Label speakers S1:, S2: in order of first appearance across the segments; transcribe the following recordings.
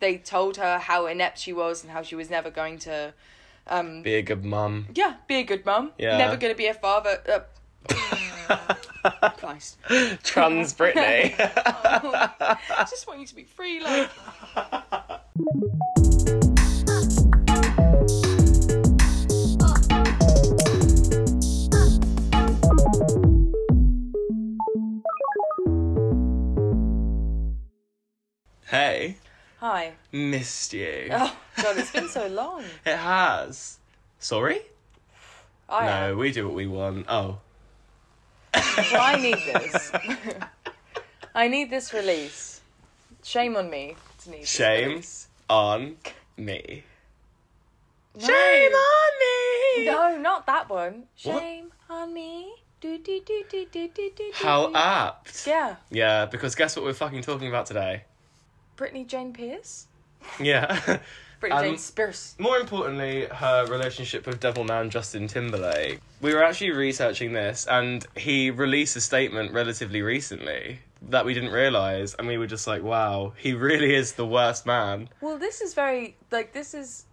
S1: they told her how inept she was and how she was never going to um
S2: Be a good mum.
S1: yeah be a good mum
S2: Yeah.
S1: never going to be a father uh, Christ
S2: Trans Britney.
S1: I just want you to be free like
S2: hey,
S1: hi
S2: missed you.
S1: oh god it's been so long
S2: It has. Sorry?
S1: I
S2: No, we do what we want. Oh.
S1: Well, I need this. I need this release. Shame on me to need this
S2: Shame.
S1: release.
S2: On me.
S1: No.
S2: Shame on me!
S1: No, not that one.
S2: What?
S1: Shame on me. Do, do, do, do, do, do, do,
S2: How uh,
S1: do.
S2: apt.
S1: Yeah.
S2: Yeah, because guess what we're fucking talking about today?
S1: Brittany Jane Pierce?
S2: Yeah.
S1: Brittany
S2: Um,
S1: Jane Spears.
S2: More importantly, her relationship with Devilman Justin Timberlake. We were actually researching this, and he released a statement relatively recently that we didn't realize, and we were just like, "Wow, he really is the worst man."
S1: Well, this is very, like, this is.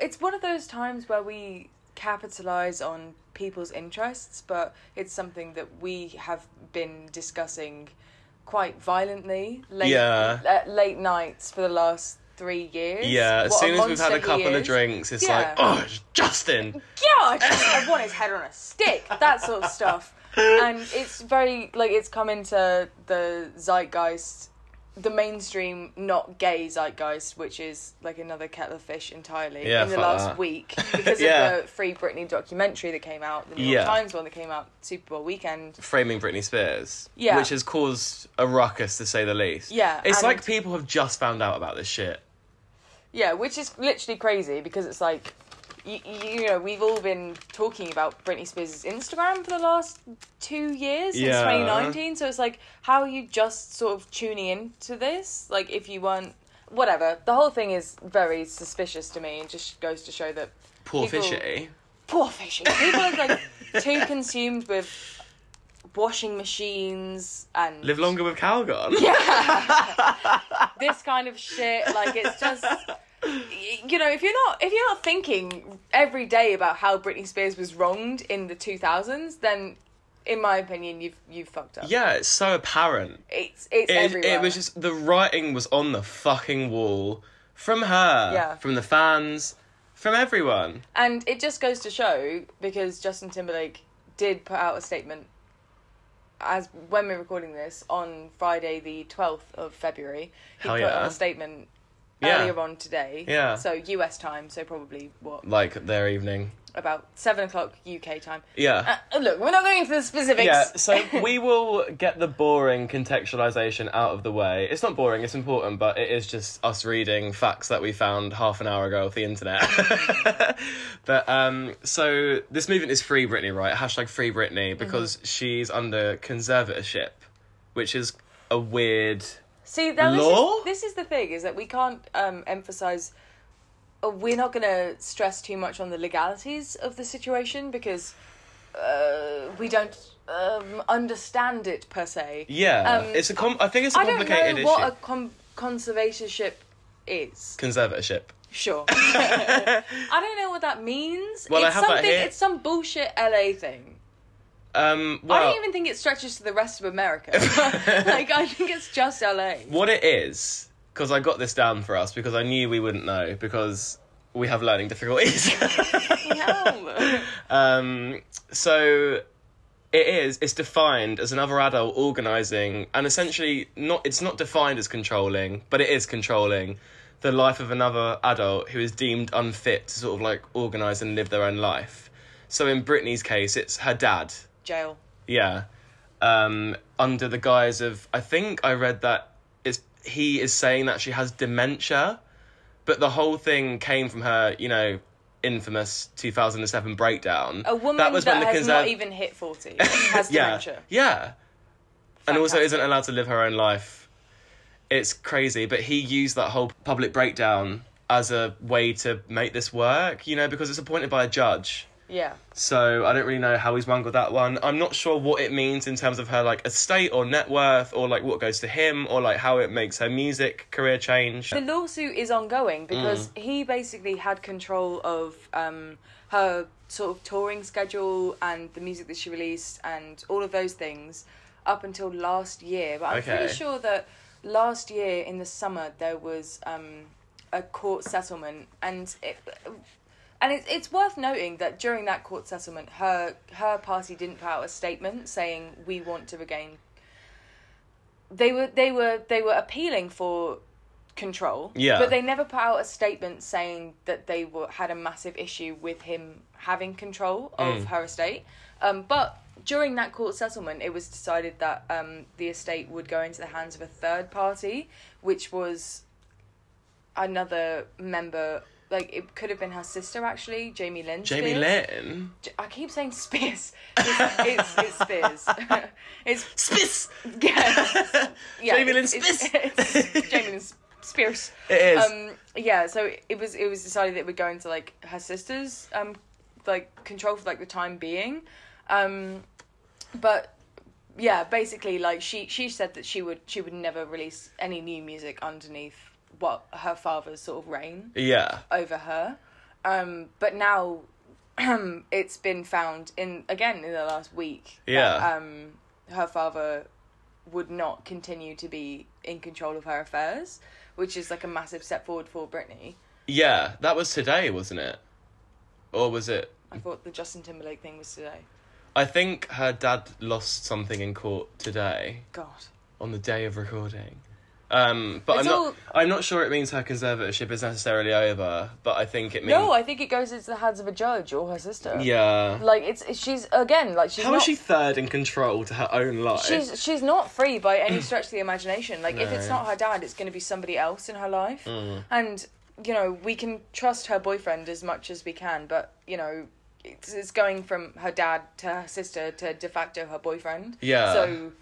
S1: It's one of those times where we capitalize on people's interests, but it's something that we have been discussing quite violently late,
S2: Yeah.
S1: uh, late nights for the last three years.
S2: Yeah, as
S1: What a
S2: soon as we've had
S1: monster
S2: a
S1: he
S2: couple of
S1: is.
S2: drinks, it's
S1: Yeah.
S2: like, "Oh, it's Justin."
S1: yeah, I, just, I want his head on a stick, that sort of stuff. And it's very like it's come into the zeitgeist, the mainstream not gay zeitgeist, which is like another kettle of fish entirely
S2: Yeah,
S1: in the
S2: fuck
S1: last
S2: that.
S1: week because
S2: Yeah.
S1: of the Free Britney documentary that came out, the New York
S2: Yeah.
S1: Times one that came out Super Bowl weekend.
S2: Framing Britney Spears,
S1: Yeah.
S2: which has caused a ruckus to say the least.
S1: Yeah,
S2: it's
S1: and-
S2: like people have just found out about this shit.
S1: Yeah, which is literally crazy because it's like, you, you know, we've all been talking about Britney Spears' Instagram for the last two years since
S2: Yeah.
S1: 2019. So it's like, how are you just sort of tuning into this? Like, if you weren't, whatever. The whole thing is very suspicious to me and just goes to show that
S2: Poor
S1: People-
S2: fishy.
S1: poor fishing. People are like too consumed with washing machines and
S2: Live longer with Calgon.
S1: this kind of shit. Like it's just y- you know if you're not if you're not thinking every day about how Britney Spears was wronged in the 2000s, then in my opinion you've you've fucked up.
S2: Yeah, it's so apparent.
S1: It's it's
S2: it,
S1: everywhere.
S2: it was just the writing was on the fucking wall from her,
S1: Yeah.
S2: from the fans, from everyone.
S1: and it just goes to show because Justin Timberlake did put out a statement as when we're recording this on Friday the 12th of February. He
S2: Hell
S1: put
S2: yeah.
S1: out a statement
S2: Yeah.
S1: earlier on today.
S2: Yeah.
S1: So US time, so probably what
S2: Like their evening.
S1: about 7 o'clock UK time.
S2: Yeah.
S1: Uh, look, we're not going into the specifics.
S2: yeah, so we will get the boring contextualization out of the way. It's not boring, it's important, but it is just us reading facts that we found half an hour ago off the internet. but um so this movement is free Britney, right? Hashtag free
S1: Mm-hmm.
S2: Britney because she's under conservatorship, which is a weird
S1: See, now this,
S2: Law?
S1: is, this is the thing is that we can't um, emphasize. uh, We're not going to stress too much on the legalities of the situation because uh, we don't um, understand it per se.
S2: Yeah,
S1: Um,
S2: it's a com- I think it's a
S1: I don't
S2: complicated
S1: know what
S2: issue.
S1: a com- conservatorship is.
S2: Conservatorship.
S1: Sure. I don't know what that means.
S2: Well, I
S1: it's
S2: have that
S1: something.
S2: here.
S1: It's some bullshit LA thing.
S2: Um,
S1: I
S2: well,
S1: don't even think it stretches to the rest of America. like I think it's just LA.
S2: what it is because I got this down for us because I knew we wouldn't know because we have learning difficulties.
S1: Hell.
S2: um, so it is. It's defined as another adult organising and essentially not. It's not defined as controlling, but it is controlling the life of another adult who is deemed unfit to sort of like organise and live their own life. So in Brittany's case, it's her dad
S1: Jail.
S2: Yeah. Um, under the guise of, I think I read that it's, he is saying that she has dementia, but the whole thing came from her, you know, infamous 2007 breakdown.
S1: A woman
S2: that
S1: that,
S2: was when the
S1: has not
S2: conserv-
S1: even hit 40 has
S2: yeah,
S1: dementia.
S2: Yeah. And also
S1: Fantastic.
S2: isn't allowed to live her own life. It's crazy, but he used that whole public breakdown as a way to make this work, you know, because it's appointed by a judge.
S1: Yeah.
S2: So I don't really know how he's mangled that one. I'm not sure what it means in terms of her like estate or net worth or like what goes to him or like how it makes her music career change.
S1: The lawsuit is
S2: Mm.
S1: ongoing because he basically had control of um, her sort of touring schedule and the music that she released and all of those things up until last year. But I'm
S2: Okay.
S1: pretty sure that last year in the summer there was um, a court settlement and it. And it's it's worth noting that during that court settlement, her her party didn't put out a statement saying we want to regain. They were they were they were appealing for control.
S2: Yeah.
S1: But they never put out a statement saying that they were had a massive issue with him having control of
S2: Hmm.
S1: her estate. Um, but during that court settlement, it was decided that um, the estate would go into the hands of a third party, which was another member. Like it could have been her sister, actually, Jamie Lynn.
S2: Jamie
S1: Spears.
S2: Lynn.
S1: J- I keep saying Spears. It's, it's, it's Spears. it's
S2: Spiss!
S1: yeah. yeah
S2: Jamie Lynn
S1: it's- it's-
S2: Spears.
S1: it's Jamie Lynn Spears.
S2: It is.
S1: Um, yeah, so it was it was decided that it would go into like her sister's um like control for like the time being. Um but yeah, basically like she she said that she would she would never release any new music underneath what her father's sort of reign
S2: yeah.
S1: over her. Um, but now it's been found in again in the last week. that,
S2: Yeah.
S1: um, her father would not continue to be in control of her affairs, which is like a massive step forward for Britney.
S2: Yeah. That was today, wasn't it? Or was it
S1: I thought the Justin Timberlake thing was today.
S2: I think her dad lost something in court today
S1: God.
S2: on the day of recording. Um, but
S1: It's
S2: I'm not.
S1: all-
S2: I'm not sure it means her conservatorship is necessarily over. But I think it means.
S1: No, I think it goes into the hands of a judge or her sister.
S2: yeah.
S1: Like it's it's- she's again like she's
S2: How
S1: not
S2: is she third in control to her own life?
S1: she's she's not free by any stretch of the imagination. Like if it's
S2: No.
S1: not her dad, it's going to be somebody else in her life.
S2: Mm.
S1: And you know, we can trust her boyfriend as much as we can, but you know, it's, it's going from her dad to her sister to de facto her boyfriend.
S2: Yeah.
S1: So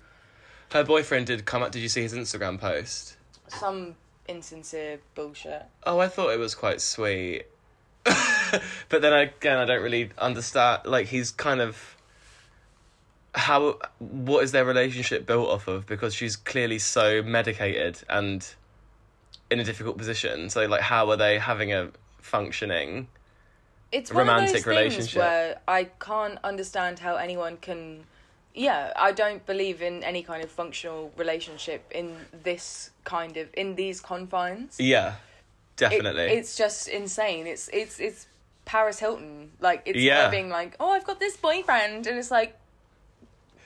S2: Her boyfriend did come up. Did you see his Instagram post?
S1: some insincere bullshit.
S2: Oh, I thought it was quite sweet. but then again, I don't really understand. Like, he's kind of. How. What is their relationship built off of? Because she's clearly so medicated and in a difficult position. So, like, how are they having a functioning.
S1: It's one
S2: Romantic
S1: of those things
S2: relationship.
S1: where I can't understand how anyone can. Yeah, I don't believe in any kind of functional relationship in this kind of in these confines.
S2: Yeah,
S1: it-
S2: definitely.
S1: it's just insane. It's it's it's Paris Hilton. Like it's
S2: Yeah.
S1: her being like, oh, I've got this boyfriend, and it's like,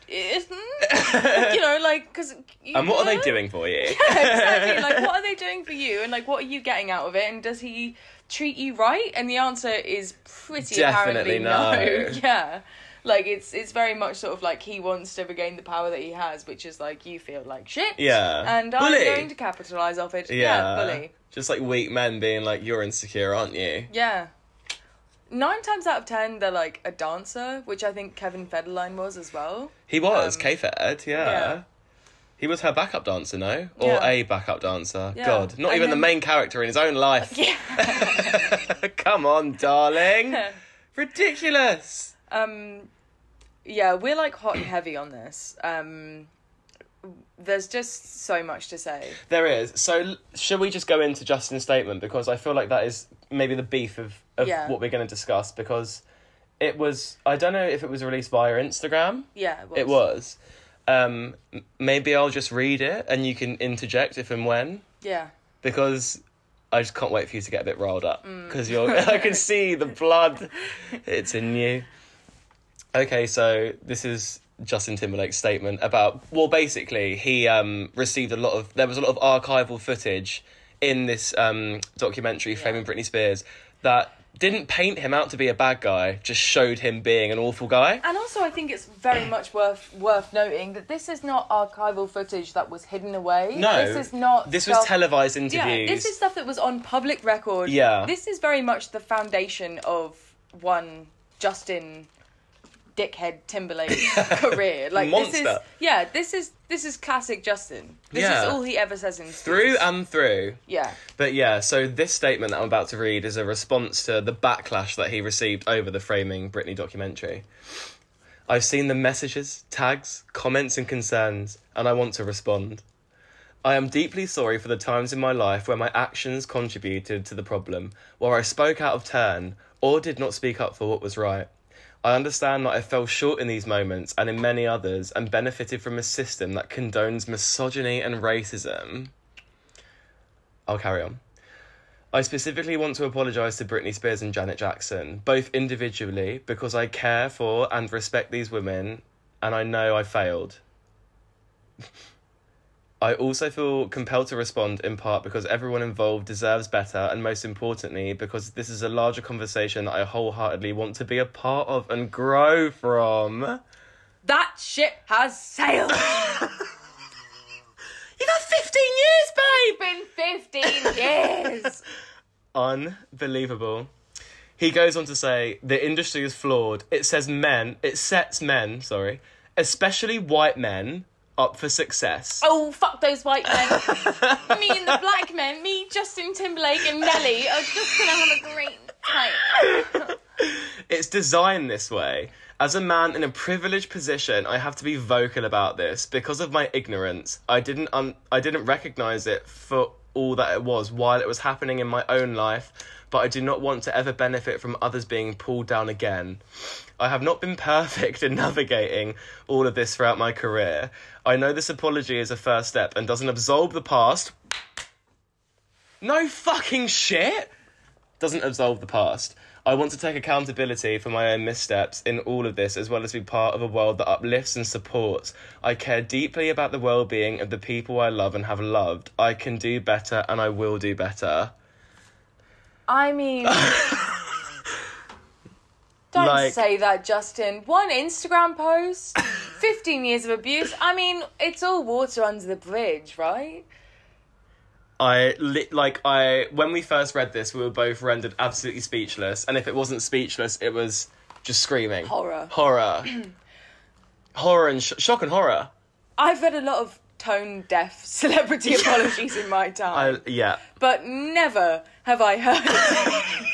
S1: it isn't you know, like because.
S2: and what are they doing for you?
S1: exactly. Like, what are they doing for you, and like, what are you getting out of it, and does he treat you right? And the answer is pretty
S2: Definitely
S1: apparently no.
S2: no.
S1: Yeah. Like it's it's very much sort of like he wants to regain the power that he has, which is like you feel like shit.
S2: Yeah.
S1: And
S2: Bully.
S1: I'm going to capitalize off it. yeah bully.
S2: Just like weak men being like, you're insecure, aren't you?
S1: Yeah. Nine times out of ten, they're like a dancer, which I think Kevin Federline was as well.
S2: He was
S1: Um,
S2: K Fed, yeah.
S1: yeah.
S2: He was her backup dancer, no? Or
S1: Yeah.
S2: a backup dancer.
S1: Yeah.
S2: God, not
S1: And
S2: even the
S1: then-
S2: main character in his own life.
S1: Yeah.
S2: Come on, darling. Ridiculous.
S1: um, yeah, we're like hot and heavy on this. Um, there's just so much to say.
S2: There is. So, l- should we just go into Justin's statement? Because I feel like that is maybe the beef of, of
S1: Yeah.
S2: what we're going to discuss. Because it was, I don't know if it was released via Instagram.
S1: Yeah,
S2: It was. Um, m- maybe I'll just read it and you can interject if and when.
S1: Yeah.
S2: because I just can't wait for you to get a bit riled up
S1: Mm.
S2: because you're. I can see the blood; it's in you. Okay, so this is Justin Timberlake's statement about. Well, basically, he um, received a lot of. There was a lot of archival footage in this um, documentary, Framing Britney Spears, that didn't paint him out to be a bad guy. Just showed him being an awful guy.
S1: And also, I think it's very much worth worth noting that this is not archival footage that was hidden away.
S2: No,
S1: this is not.
S2: This was
S1: stuff-
S2: televised interviews.
S1: Yeah, this is stuff that was on public record.
S2: Yeah.
S1: This is very much the foundation of one Justin dickhead Timberlake career. Like this is
S2: Monster.
S1: yeah, this is this is classic Justin. This
S2: Yeah.
S1: is all he ever says in speeches.
S2: Through and through.
S1: yeah.
S2: But yeah, so this statement that I'm about to read is a response to the backlash that he received over the Framing Britney documentary. I've seen the messages, tags, comments, and concerns, and I want to respond. I am deeply sorry for the times in my life where my actions contributed to the problem, where I spoke out of turn or did not speak up for what was right. I understand that I fell short in these moments and in many others and benefited from a system that condones misogyny and racism. I'll carry on. I specifically want to apologise to Britney Spears and Janet Jackson, both individually, because I care for and respect these women, and I know I failed. I also feel compelled to respond in part because everyone involved deserves better, and most importantly, because this is a larger conversation that I wholeheartedly want to be a part of and grow from. You
S1: That ship has sailed.
S2: got 15 years, babe!
S1: it's been 15 years.
S2: Unbelievable. He goes on to say the industry is flawed. It says men, it sets men, sorry, especially white men, up for success.
S1: Oh, fuck those white men. me and the black men, me, Justin Timberlake, and Nelly are just gonna have a great time.
S2: It's designed this way. As a man in a privileged position, I have to be vocal about this because of my ignorance. I didn't un- I didn't recognize it for all that it was while it was happening in my own life, but I do not want to ever benefit from others being pulled down again. I have not been perfect in navigating all of this throughout my career. I know this apology is a first step and doesn't absolve the past. No fucking shit doesn't absolve the past. I want to take accountability for my own missteps in all of this, as well as be part of a world that uplifts and supports. I care deeply about the well being of the people I love and have loved. I can do better and I will do better.
S1: I mean. Don't
S2: Like-
S1: say that, Justin. One Instagram post, 15 years of abuse. I mean, it's all water under the bridge, right?
S2: I li- like I when we first read this, we were both rendered absolutely speechless, and if it wasn't speechless, it was just screaming
S1: Horror.
S2: horror, horror, and sh- shock and horror.
S1: I've read a lot of tone deaf celebrity apologies in my time,
S2: I, yeah,
S1: but never have I heard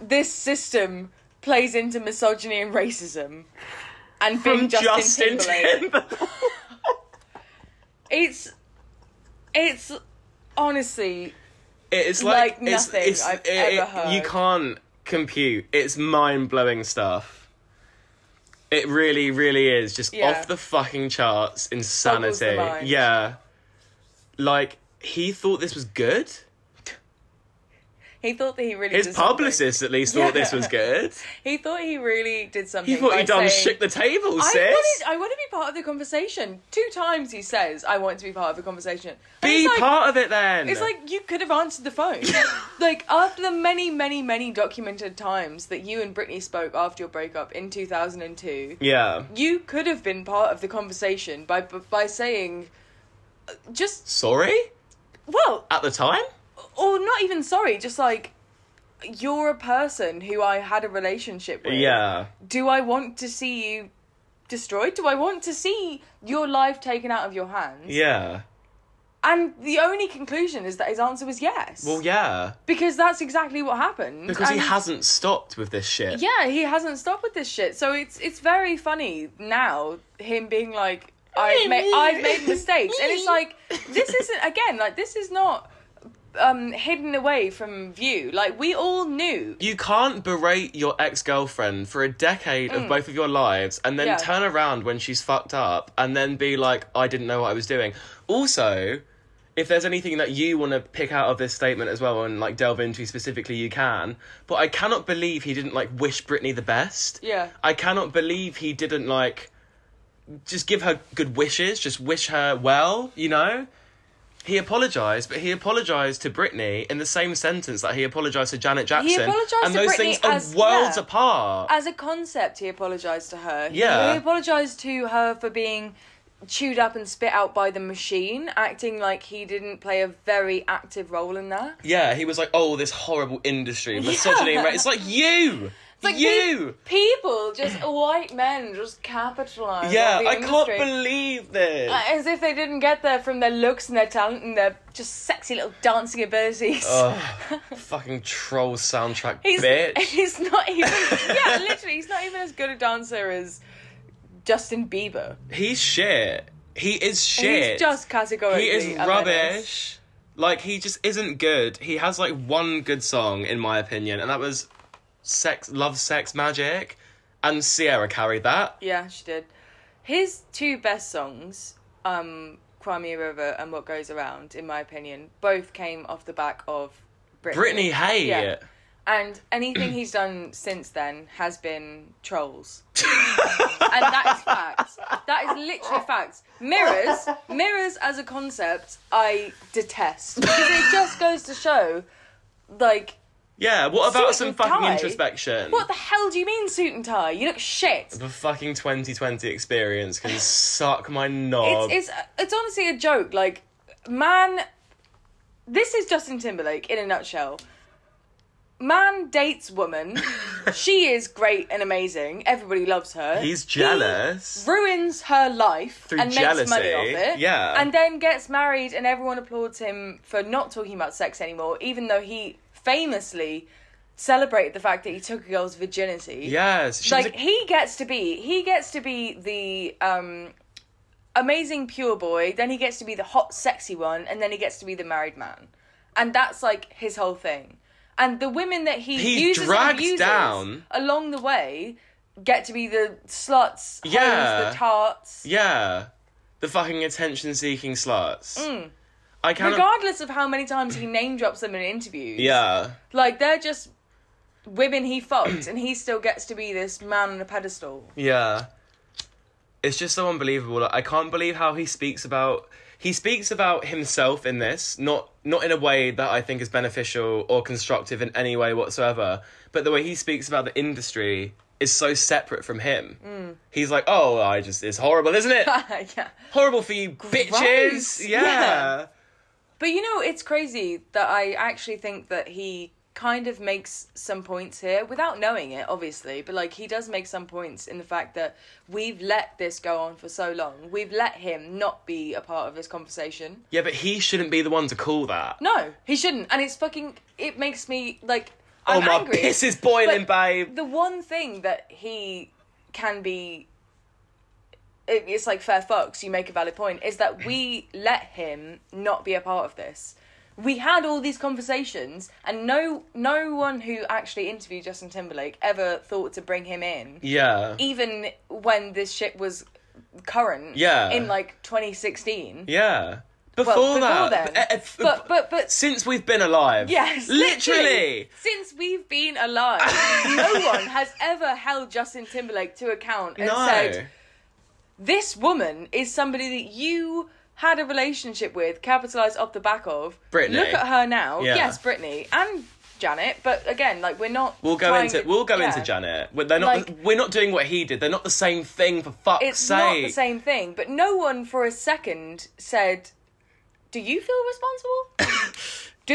S1: this system plays into misogyny and racism and being Justin, Timberlake.
S2: Timberlake.
S1: It's it's honestly
S2: It's
S1: Like
S2: like, it's-
S1: nothing
S2: it's,
S1: I've
S2: it-
S1: ever
S2: it- You
S1: heard.
S2: can't compute. It's mind blowing stuff. It really, really is just
S1: Yeah.
S2: off the fucking charts
S1: Boggles the
S2: insanity.
S1: mind.
S2: Yeah, like he thought this was good.
S1: he thought that he really
S2: His
S1: did something.
S2: publicist at least thought this was good.
S1: He thought he really did something.
S2: He thought
S1: by
S2: he done
S1: saying,
S2: shook the table,
S1: I
S2: sis.
S1: wanted- I want to be part of the conversation. Two times he says, "I want to be part of the conversation." And
S2: Be
S1: it's like,
S2: part of it then.
S1: It's like you could have answered the phone. like after the many, many, many documented times that you and Britney spoke after your breakup in two thousand and two,
S2: yeah,
S1: you could have been part of the conversation by by saying, uh, just
S2: sorry
S1: well,
S2: at the time.
S1: or not even sorry, just like you're a person who I had a relationship with.
S2: Yeah,
S1: Do I want to see you destroyed? Do I want to see your life taken out of your hands?
S2: yeah.
S1: And the only conclusion is that his answer was yes.
S2: Well, yeah,
S1: Because that's exactly what happened.
S2: because he
S1: And-
S2: hasn't stopped with this shit.
S1: Yeah, he hasn't stopped with this shit. So it's it's very funny now him being like, I've made I've made mistakes, and it's like this isn't again like this is not um hidden away from view. Like we all knew.
S2: you can't berate your ex-girlfriend for a decade of both of your lives and then
S1: Mm. Yeah.
S2: turn around when she's fucked up and then be like i didn't know what i was doing also if there's anything that you want to pick out of this statement as well and like delve into specifically you can but i cannot believe he didn't like wish brittany the best
S1: Yeah.
S2: i cannot believe he didn't like just give her good wishes just wish her well you know he apologized, but he apologized to Britney in the same sentence that he apologized to Janet Jackson.
S1: apologised
S2: and
S1: to
S2: those
S1: Britney
S2: things
S1: as- Uh,
S2: are worlds
S1: yeah.
S2: apart.
S1: As a concept, he apologized to her. He-
S2: Yeah.
S1: He apologized to her for being chewed up and spit out by the machine, acting like he didn't play a very active role in that.
S2: Yeah, he was like, "Oh, this horrible industry, misogyny." and ra- It's like you,
S1: It's like
S2: you.
S1: pe- people, just white men, just capitalize.
S2: yeah,
S1: on the
S2: I can't
S1: industry.
S2: believe this.
S1: Uh, As if they didn't get there from their looks and their talent and their just sexy little dancing abilities.
S2: Ugh, fucking troll soundtrack,
S1: he's,
S2: bitch.
S1: he's not even. yeah, literally, he's not even as good a dancer as Justin Bieber.
S2: He's shit. He is shit.
S1: He's just categorically.
S2: he is
S1: a menace.
S2: rubbish. Like he just isn't good. He has like one good song in my opinion, and that was "Sex, Love, Sex, Magic," and Sierra carried that.
S1: Yeah, she did. His two best songs, um, Crimea River and What Goes Around, in my opinion, both came off the back of Britney.
S2: Brittany, hey,
S1: Yeah. And anything he's done since then has been trolls. and that is fact. That is literally fact. Mirrors, mirrors as a concept, I detest. Because it just goes to show, like,
S2: yeah. What about
S1: Suit
S2: some
S1: and
S2: fucking
S1: tie?
S2: introspection?
S1: what the hell do you mean suit and tie? You look shit.
S2: The fucking 2020 experience can suck my knob.
S1: It's, it's it's honestly a joke. Like, man, this is Justin Timberlake in a nutshell. Man dates woman. she is great and amazing. Everybody loves her.
S2: He's
S1: He
S2: jealous.
S1: ruins her life
S2: Through
S1: and makes money
S2: jealousy,
S1: off it.
S2: yeah.
S1: And then gets married, and everyone applauds him for not talking about sex anymore, even though he famously celebrated the fact that he took a girl's virginity
S2: yes, she's
S1: like
S2: a-
S1: he gets to be he gets to be the um amazing pure boy then he gets to be the hot sexy one and then he gets to be the married man and that's like his whole thing and the women that he,
S2: He
S1: uses and
S2: drags
S1: abuses
S2: down-
S1: along the way get to be the sluts hoes,
S2: Yeah.
S1: the tarts
S2: yeah, the fucking attention-seeking sluts. I cannot.
S1: Mm. regardless of how many times he name drops them in interviews
S2: yeah,
S1: like they're just women he fucked and he still gets to be this man on a pedestal
S2: yeah. It's just so unbelievable. Like, I can't believe how he speaks about. He speaks about himself in this, not not in a way that I think is beneficial or constructive in any way whatsoever. But the way he speaks about the industry is so separate from him.
S1: Mm.
S2: He's like, "Oh, I just it's horrible, isn't it?
S1: yeah
S2: horrible for you bitches. Yeah.
S1: Yeah. But you know, it's crazy that I actually think that he kind of makes some points here without knowing it, obviously. But like, he does make some points in the fact that we've let this go on for so long. We've let him not be a part of this conversation.
S2: Yeah, but he shouldn't be the one to call that.
S1: No, he shouldn't. And it's fucking. It makes me like.
S2: oh
S1: I'm
S2: my
S1: angry.
S2: piss is boiling,
S1: But
S2: babe.
S1: The one thing that he can be. it- It's like fair fucks, you make a valid point, is that we let him not be a part of this. We had all these conversations, and no, no one who actually interviewed Justin Timberlake ever thought to bring him in,
S2: Yeah.
S1: even when this shit was current.
S2: Yeah.
S1: In like 2016.
S2: yeah. Before,
S1: Well, before
S2: that,
S1: then.
S2: eh, eh, f-
S1: but, but, but
S2: since we've been alive,
S1: Yes,
S2: literally.
S1: Since we've been alive, no one has ever held Justin Timberlake to account and
S2: No.
S1: said, "This woman is somebody that you had a relationship with, capitalized off the back of."
S2: Britney.
S1: Look at her now.
S2: Yeah.
S1: Yes, Brittany and Janet. But again, like we're not.
S2: We'll go
S1: trying
S2: into
S1: to-
S2: we'll go
S1: yeah.
S2: into Janet. We're, they're not.
S1: Like-
S2: we're not doing what he did. They're not the same thing. For fuck's
S1: It's
S2: sake.
S1: not the same thing. But no one for a second said, "Do you feel responsible?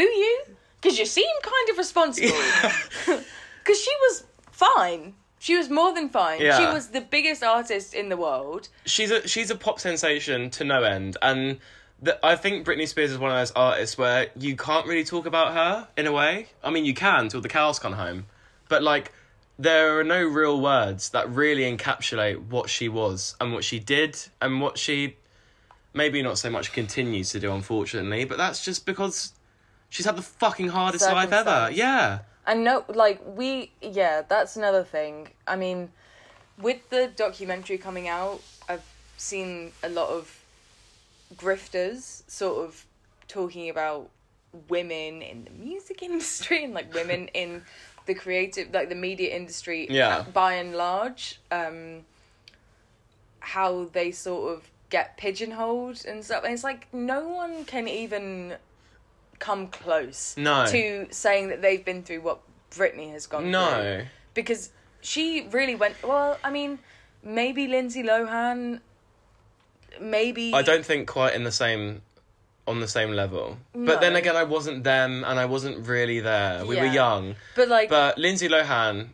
S1: Do you?" Because you seem kind of responsible. because she was fine. She was more than fine.
S2: Yeah.
S1: She was the biggest artist in the world.
S2: she's a she's a pop sensation to no end, and the, I think Britney Spears is one of those artists where you can't really talk about her in a way. I mean, you can till the cows come home, but like there are no real words that really encapsulate what she was and what she did and what she maybe not so much continues to do, unfortunately. But that's just because she's had the fucking hardest life ever.
S1: Circumstance.
S2: Yeah,
S1: And no, like we, yeah, that's another thing. I mean, with the documentary coming out, I've seen a lot of grifters sort of talking about women in the music industry and like women in the creative, like the media industry.
S2: Yeah.
S1: By and large, um, how they sort of get pigeonholed and stuff, and it's like no one can even come close
S2: No.
S1: to saying that they've been through what Britney has gone through.
S2: no,
S1: Because she really went, well, I mean, maybe Lindsay Lohan maybe
S2: I don't think quite in the same on the same level.
S1: No.
S2: But then again, I wasn't them, and I wasn't really there. We
S1: Yeah.
S2: were young,
S1: But like,
S2: but Lindsay Lohan,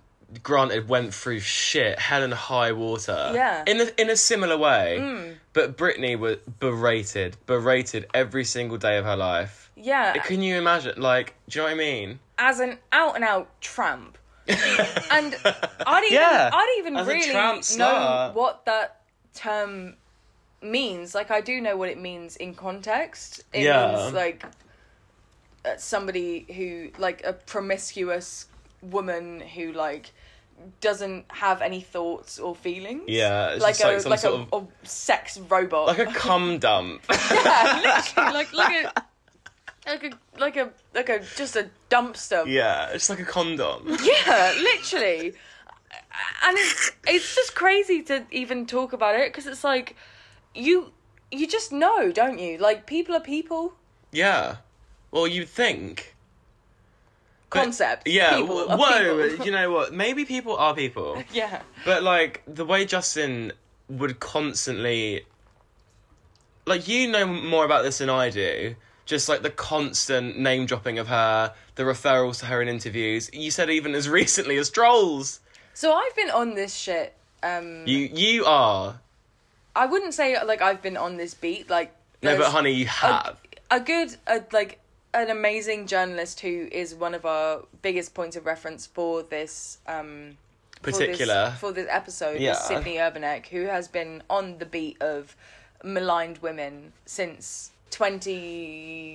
S2: granted, went through shit, hell and high water.
S1: Yeah. Mm.
S2: in a in a similar way. But Britney was berated, berated every single day of her life.
S1: yeah,
S2: Can you imagine? Like, do you know what I mean?
S1: as an out and out tramp. and I didn't
S2: Yeah,
S1: even, I didn't even
S2: as a
S1: really
S2: tramp
S1: know
S2: slut.
S1: what that term means. Like I do know what it means in context. It
S2: Yeah.
S1: means like uh, somebody who like a promiscuous woman who like doesn't have any thoughts or feelings.
S2: Yeah, it's
S1: like
S2: just like
S1: a
S2: some
S1: like
S2: sort
S1: a,
S2: of-
S1: a sex robot.
S2: Like a cum dump.
S1: yeah, literally like like a like a like a like a just a dumpster
S2: yeah, it's like a condom.
S1: yeah, literally. And it's it's just crazy to even talk about it because it's like you you just know, don't you? Like people are people.
S2: Yeah. Well, you'd think. But-
S1: Concept.
S2: Uh, Yeah.
S1: People
S2: w-
S1: are
S2: whoa.
S1: people.
S2: You know what? Maybe people are people.
S1: yeah.
S2: But like the way Justin would constantly like you know more about this than I do. Just like the constant name dropping of her, the referrals to her in interviews. You said even as recently as trolls.
S1: So I've been on this shit. Um,
S2: You you are.
S1: I wouldn't say like I've been on this beat. Like
S2: No, but
S1: there's-
S2: honey, you
S1: uh,
S2: have.
S1: a good a, like an amazing journalist who is one of our biggest points of reference for this um for this-
S2: Particular.
S1: for this, episode
S2: Yeah.
S1: is Sydney Urbanek who has been on the beat of maligned women since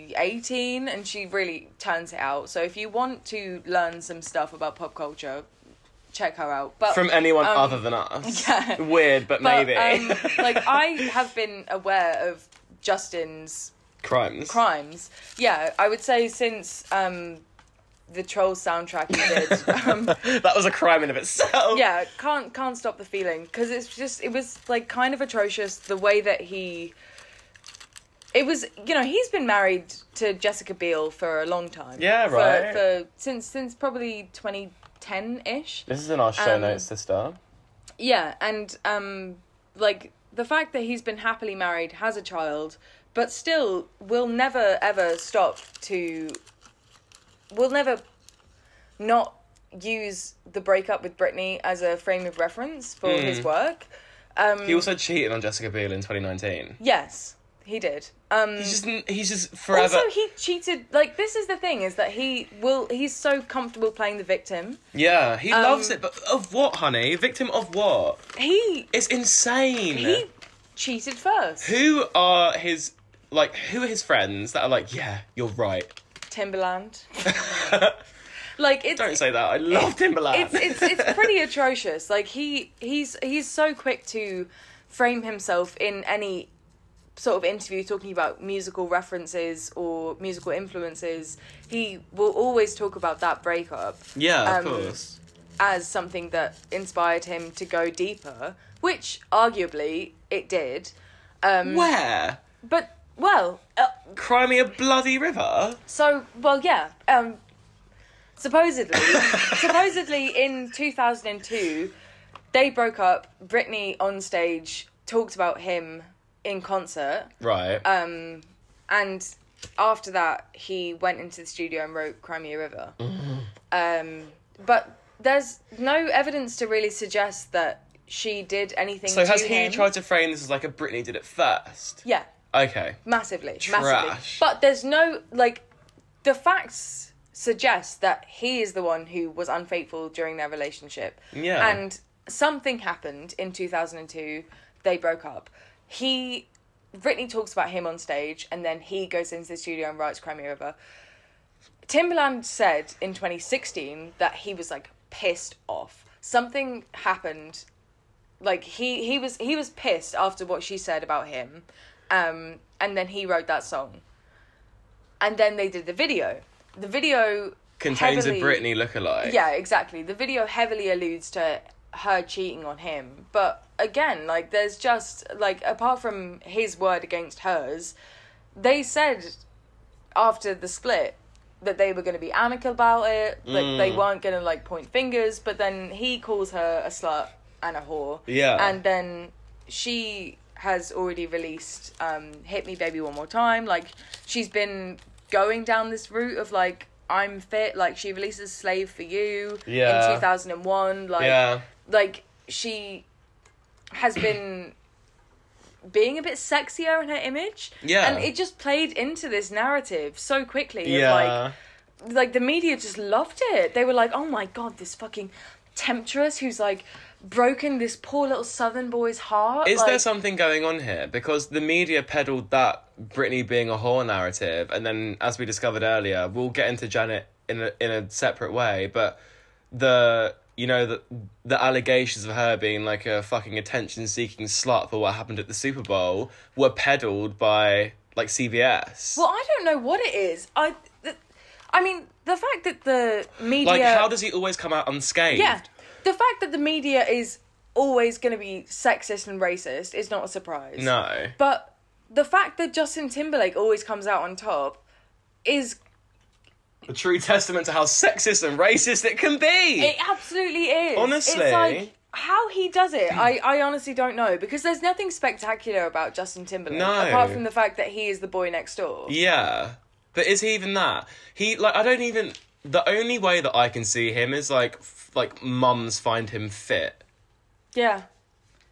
S1: 2018 and she really turns it out so if you want to learn some stuff about pop culture check her out but
S2: From anyone
S1: um,
S2: other than us.
S1: yeah.
S2: Weird, but,
S1: but,
S2: maybe.
S1: um, like i have been aware of justin's
S2: Crimes.
S1: crimes. Yeah, I would say since um, the Trolls soundtrack he did. um,
S2: that was a crime in of itself.
S1: yeah, can't can't stop the feeling because it's just it was like kind of atrocious the way that he. It was you know he's been married to Jessica Biel for a long time.
S2: Yeah,
S1: For-
S2: right.
S1: For, since since probably twenty ten ish.
S2: This is in our show
S1: Um,
S2: notes, sister.
S1: Yeah, and um, like the fact that he's been happily married, has a child, but still will never ever stop to, will never, not use the breakup with Britney as a frame of reference for his work. Um,
S2: He also cheated on Jessica Biel in 2019.
S1: yes, he did. Um,
S2: He's just, he's just forever.
S1: also, he cheated. Like this is the thing is that he will. He's so comfortable playing the victim.
S2: yeah, he loves
S1: Um,
S2: it, but of what, honey? Victim of what?
S1: He
S2: It's insane.
S1: he cheated first.
S2: Who are his like? Who are his friends that are like? Yeah, you're right.
S1: Timberland. like it's
S2: Don't say that. I love Timberland.
S1: it's it's it's pretty atrocious. Like he he's he's so quick to frame himself in any sort of interview talking about musical references or musical influences. He will always talk about that breakup
S2: yeah, of
S1: um,
S2: course.
S1: as something that inspired him to go deeper, which arguably it did. um,
S2: Where?
S1: But well, uh,
S2: Cry me a bloody river.
S1: So, well, yeah. Um, supposedly, supposedly in 2002, they broke up. Britney on stage talked about him in concert,
S2: Right.
S1: um, and after that, he came into the studio and wrote Crimea River.
S2: Mm-hmm.
S1: Um, but there's no evidence to really suggest that she did anything.
S2: so
S1: to
S2: has he
S1: him.
S2: tried to frame this as like a Britney did it first?
S1: Yeah.
S2: Okay.
S1: Massively, massively.
S2: Trash.
S1: But there's no like the facts suggest that he is the one who was unfaithful during their relationship.
S2: Yeah.
S1: And something happened in 2002. They broke up. He Britney talks about him on stage and then he goes into the studio and writes Crimea River. Timberland said in 2016 that he was like pissed off. Something happened like he he was he was pissed after what she said about him um and then he wrote that song and then they did the video the video
S2: Contains
S1: heavily-
S2: a Britney lookalike.
S1: yeah exactly the video heavily alludes to her cheating on him but again like there's just like apart from his word against hers they said after the split that they were going to be amicable about it like they weren't going to like point fingers but then he calls her a slut and a whore
S2: Yeah.
S1: and then she has already released um, "Hit Me, Baby, One More Time." Like she's been going down this route of like I'm fit. Like she releases "Slave for You"
S2: Yeah.
S1: in 2001. Like
S2: yeah.
S1: like she has been being a bit sexier in her image.
S2: Yeah.
S1: And it just played into this narrative so quickly. Yeah.
S2: Yeah.
S1: like, like the media just loved it. They were like, oh my god, this fucking temptress who's like broken this poor little southern boy's heart.
S2: Is
S1: like,
S2: there something going on here? Because the media peddled that Britney being a whore narrative, and then, as we discovered earlier, we'll get into Janet in a, in a separate way. But the you know the the allegations of her being like a fucking attention seeking slut for what happened at the Super Bowl were peddled by like CBS.
S1: Well, I don't know what it is. I, th- I mean, the fact that the media.
S2: like, how does he always come out unscathed?
S1: Yeah. The fact that the media is always going to be sexist and racist is not a surprise.
S2: No.
S1: But the fact that Justin Timberlake always comes out on top is
S2: A true testament to how sexist and racist it can be.
S1: it absolutely is.
S2: Honestly.
S1: It's like how he does it, I, I honestly don't know because there's nothing spectacular about Justin Timberlake
S2: No.
S1: apart from the fact that he is the boy next door.
S2: Yeah. But is he even that? He like I don't even the only way that I can see him is like f- like mums find him fit.
S1: Yeah.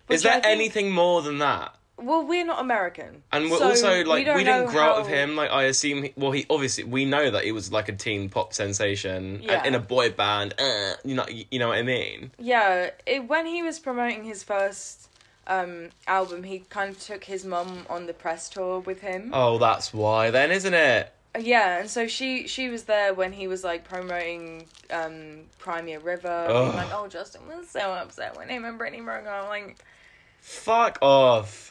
S2: Is
S1: Which I
S2: there
S1: think-
S2: anything more than that?
S1: Well, we're not American.
S2: And we're
S1: so
S2: also like we,
S1: don't
S2: didn't
S1: know
S2: grow up
S1: how-
S2: with him. Like I assume he, well he obviously we know that he was like a teen pop sensation and
S1: Yeah.
S2: in a boy band. Uh, you know you know what I mean?
S1: Yeah, it, when he was promoting his first um, album, he kind of took his mum on the press tour with him. Uh,
S2: Oh, that's why then, isn't it?
S1: Yeah, and so she she was there when he was like promoting um Crimea River. being
S2: Ugh.
S1: Like, oh, Justin was so upset when him and Britney broke up. Like,
S2: Fuck off.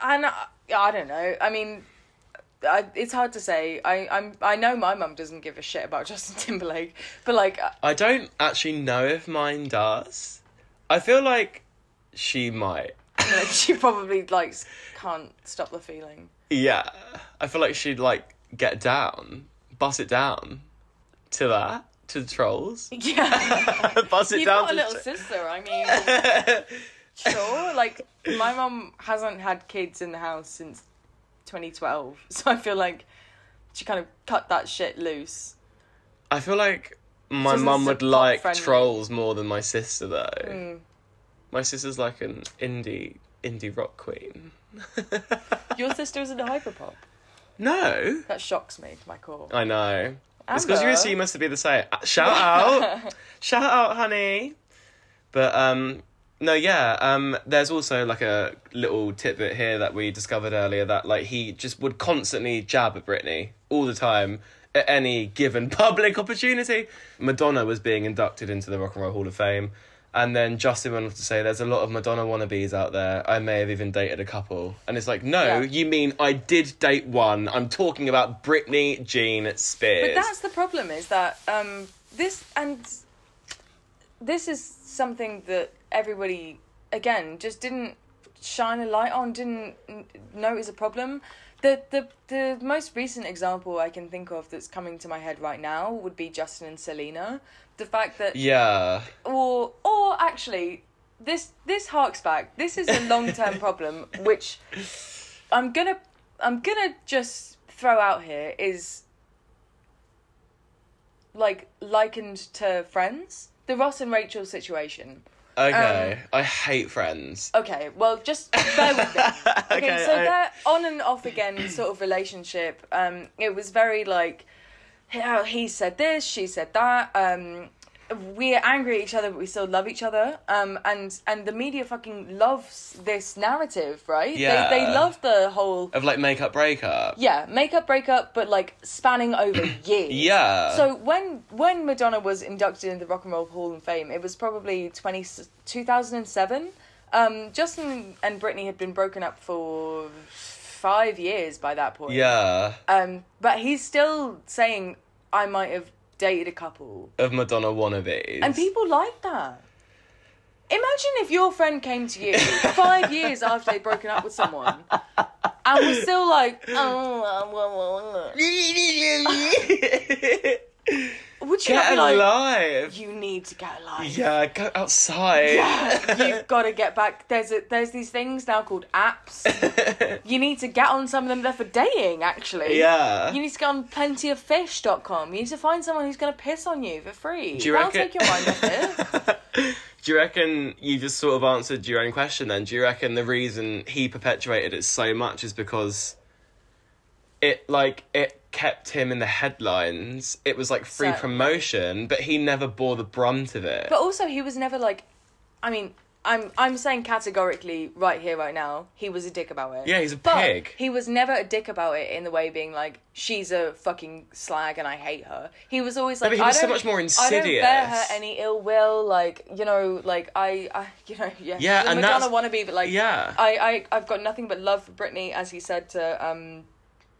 S1: and I, I don't know. I mean, I, it's hard to say. I I'm I know my mum doesn't give a shit about Justin Timberlake, but like, uh,
S2: I don't actually know if mine does. I feel like she might.
S1: like, she probably like can't stop the feeling.
S2: Yeah, I feel like she'd like get down, bus it down to that to the trolls,
S1: Yeah,
S2: bus it
S1: you've
S2: down
S1: got a
S2: to.
S1: little sister. I mean, sure. Like, my mum hasn't had kids in the house since 2012, so I feel like she kind of cut that shit loose.
S2: I feel like my
S1: This is
S2: mum
S1: a
S2: would
S1: pop
S2: like
S1: friendly. Hmm.
S2: trolls more than my sister though. My sister's like an indie indie rock queen.
S1: Your sister isn't a hyperpop.
S2: No,
S1: That shocks me to my core.
S2: I know. It's because you
S1: Amber?
S2: assume us to be the same. Uh, Shout out, shout out, honey. But um, no, yeah. Um, there's also like a little tidbit here that we discovered earlier that like he just would constantly jab at Britney all the time at any given public opportunity. Madonna was being inducted into the Rock and Roll Hall of Fame. And then Justin went on to say, "There's a lot of Madonna wannabes out there. I may have even dated a couple." And it's like, "No,
S1: Yeah.
S2: you mean I did date one? I'm talking about Britney Jean Spears."
S1: But that's the problem is that um, this and this is something that everybody again just didn't shine a light on, didn't n- know is a problem. The, the the most recent example I can think of that's coming to my head right now would be Justin and Selena. The fact that
S2: yeah.
S1: or or actually this this harks back this is a long-term problem which i'm gonna i'm gonna just throw out here is like likened to friends the ross and rachel situation
S2: Okay,
S1: Um,
S2: I hate Friends.
S1: okay well just bear with me okay, so
S2: I-
S1: their on and off again sort of relationship um it was very like "Oh, he said this she said that um we're angry at each other but we still love each other um and and the media fucking loves this narrative right
S2: Yeah.
S1: they, they love the whole
S2: of like make up break up.
S1: yeah makeup breakup but like spanning over years
S2: Yeah.
S1: so when when Madonna was inducted into the Rock and Roll Hall of Fame, it was probably 20, 2007. Um, Justin and Britney had been broken up for five years by that point.
S2: yeah,
S1: Um, but he's still saying, "I might have dated a couple,"
S2: of Madonna wannabes.
S1: and people like that. Imagine if your friend came to you five years after they'd broken up with someone, and was still like, "Oh, well, well, well."
S2: Get
S1: would you not be like,
S2: alive.
S1: you need need to get a life.
S2: Yeah, go outside.
S1: You've got to get back. There's a, there's these things now called apps. you need to get on some of them. They're for dating, actually.
S2: Yeah.
S1: You need to go on plentyoffish.com. You need to find someone who's going to piss on you for free.
S2: Do you
S1: That'll
S2: reckon-
S1: take your mind off it.
S2: Do you reckon you just sort of answered your own question then? Do you reckon the reason he perpetuated it so much is because it like it kept him in the headlines. It was like free
S1: Certainly.
S2: promotion, but he never bore the brunt of it.
S1: But also, he was never like, I mean, I'm I'm saying categorically right here, right now, he was a dick about it.
S2: Yeah, he's a
S1: but
S2: pig.
S1: He was never a dick about it in the way being like, she's a fucking slag and I hate her. He was always like,
S2: but he
S1: I
S2: was so
S1: don't-
S2: much more
S1: I don't bear her
S2: insidious.
S1: any ill will. Like you know, like I, I you know, yeah,
S2: Yeah,
S1: the
S2: and
S1: Madonna
S2: that's-
S1: wannabe, but like,
S2: Yeah.
S1: I, I, I've got nothing but love for Britney, as he said to, um,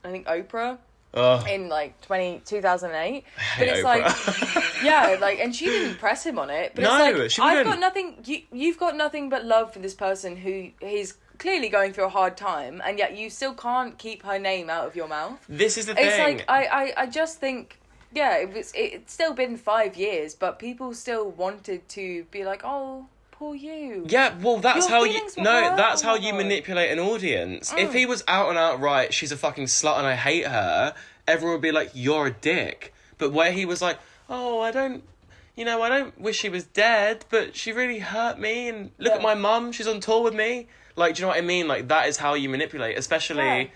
S1: I think Oprah
S2: Ugh.
S1: in like 20, 2008. But
S2: hate
S1: it's
S2: Oprah.
S1: like, yeah, like, and she didn't press him on it. But
S2: No,
S1: it's like,
S2: she
S1: I've
S2: wouldn't.
S1: got nothing. You, you've got nothing but love for this person who he's clearly going through a hard time, and yet you still can't keep her name out of your mouth.
S2: this is the
S1: It's
S2: thing.
S1: like uh, I, I, I just think. Yeah, it was. It, it's still been five years, but people still wanted to be like, "Oh, poor you."
S2: Yeah, well,
S1: Your
S2: that's how you
S1: feelings were
S2: no,
S1: hurt Mm.
S2: that's
S1: or
S2: how you
S1: not?
S2: manipulate an audience. If he was out and out right, she's a fucking slut and I hate her. Everyone would be like, "You're a dick." But where he was like, "Oh, I don't." You know, I don't wish she was dead, but she really hurt me. And look
S1: Yeah.
S2: at my mum; she's on tour with me. Like, do you know what I mean? Like, that is how you manipulate. Especially
S1: Yeah.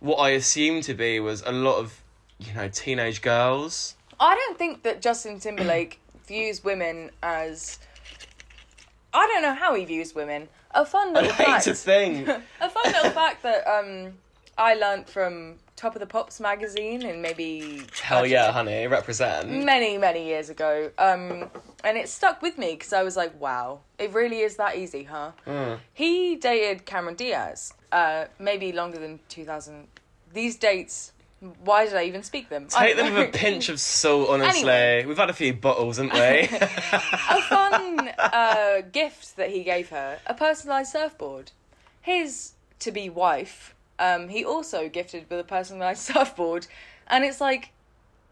S2: what I assumed to be was a lot of, you know, teenage girls.
S1: I don't think that Justin Timberlake views women as. I don't know how he views women. A fun
S2: I
S1: little
S2: hate
S1: fact.
S2: to think.
S1: A fun little fact that um, I learnt from Top of the Pops magazine and maybe.
S2: Hell yeah, honey, represent.
S1: Many, many years ago. Um, and it stuck with me because I was like, wow, it really is that easy, huh?
S2: Hmm.
S1: He dated Cameron Diaz, uh, maybe longer than 2000. These dates, why did I even speak them? I
S2: Take
S1: don't
S2: them with a
S1: know.
S2: pinch of salt, honestly.
S1: Anyway.
S2: We've had a few bottles, haven't we?
S1: a fun uh, gift that he gave her a personalized surfboard his to be wife um, he also gifted with a personalized surfboard and it's like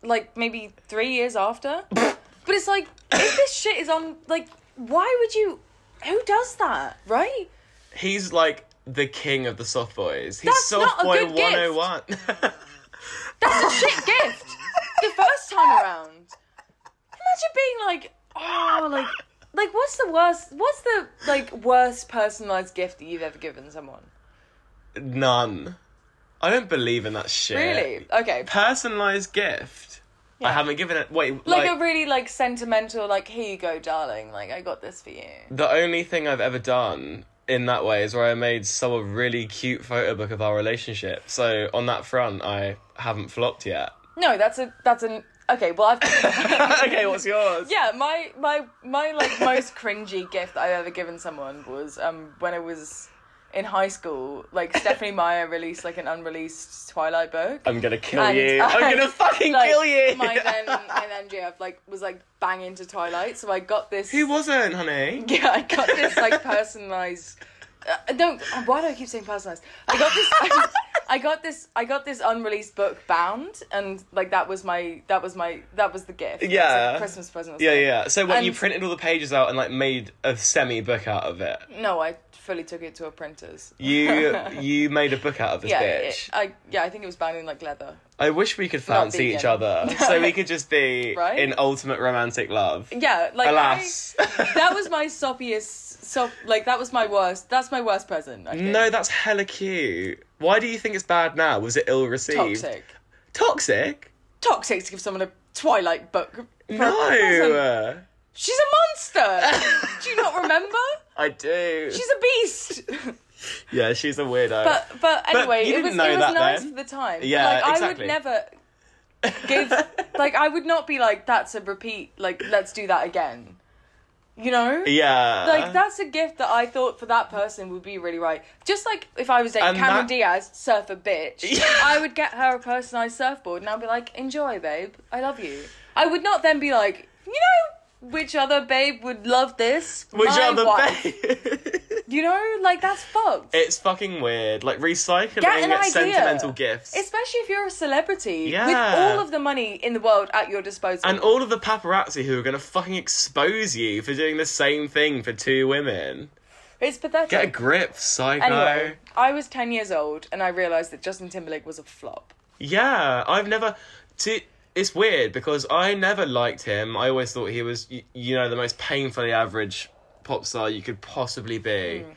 S1: like maybe three years after but it's like if this shit is on like why would you who does that right
S2: He's like the king of the soft boys. He's
S1: That's
S2: soft
S1: not a
S2: boy
S1: good gift.
S2: 101.
S1: that's a shit gift the first time around imagine being like oh like like what's the worst what's the like worst personalized gift that you've ever given someone
S2: None. I don't believe in that shit.
S1: Really? Okay.
S2: Personalized gift. I
S1: Yeah.
S2: haven't given it. Wait,
S1: Like,
S2: like,
S1: a really like sentimental, like here you go, darling. Like I got this for you.
S2: the only thing I've ever done in that way is where I made so a really cute photo book of our relationship. So on that front, I haven't flopped yet.
S1: No, that's a that's an okay. Well, I've
S2: okay, what's yours?
S1: yeah. My my my like most cringy gift I've ever given someone was um when I was in high school. Like Stephanie Meyer released like an unreleased Twilight book.
S2: I'm gonna kill
S1: And
S2: you. I'm
S1: I-
S2: gonna fucking
S1: Like,
S2: kill you.
S1: My then my then GF like was like bang into Twilight, so I got this.
S2: Who wasn't, honey?
S1: Yeah, I got this like personalized. Uh, no, why do I keep saying personalized? I got this. I, I got this. I got this unreleased book bound, and like that was my that was my that was the gift. It's
S2: Yeah.
S1: a Christmas present. or
S2: Yeah,
S1: something.
S2: yeah. So when you
S1: And-
S2: printed all the pages out and like made a semi book out of it,
S1: No, I fully took it to a printer's.
S2: you you made a book out of this
S1: Yeah,
S2: bitch.
S1: it- I yeah, I think it was bound in like leather.
S2: I wish we could fancy each
S1: vegan.
S2: other so we could just be
S1: Right?
S2: in ultimate romantic love.
S1: Yeah, like I-
S2: Alas,
S1: that was my soppiest sop. Like that was my worst. That's my worst present. I think.
S2: no, that's hella cute. Why do you think it's bad now? Was it ill received?
S1: toxic.
S2: Toxic?
S1: Toxic to give someone a Twilight book. for a present.
S2: No,
S1: She's a monster. Do you not remember?
S2: I do.
S1: She's a beast.
S2: yeah, she's a weirdo.
S1: But but anyway,
S2: you
S1: it
S2: didn't
S1: was
S2: know
S1: it was
S2: that
S1: nice
S2: then.
S1: for the time.
S2: Yeah,
S1: like I
S2: exactly.
S1: would never give like I would not be like that's a repeat. Like let's do that again. You know.
S2: yeah,
S1: Like that's a gift that I thought for that person would be really right. Just like if I was dating
S2: And
S1: Cameron
S2: that-
S1: Diaz, surf a bitch,
S2: Yeah.
S1: I would get her a personalized surfboard and I'd be like, "Enjoy, babe. I love you." I would not then be like, "You know, which other babe would love this?"
S2: Which
S1: My
S2: other
S1: wife."
S2: babe?
S1: You know, like that's fucked.
S2: It's fucking weird. Like recycling
S1: Get an idea.
S2: sentimental gifts.
S1: Especially if you're a celebrity
S2: Yeah.
S1: with all of the money in the world at your disposal.
S2: and all of the paparazzi who are going to fucking expose you for doing the same thing for two women.
S1: it's pathetic.
S2: Get a grip, psycho.
S1: Anyway, I was 10 years old and I realised that Justin Timberlake was a flop.
S2: Yeah, I've never. To, it's weird because I never liked him. I always thought he was, you, you know, the most painfully average pop star you could possibly be.
S1: Hmm.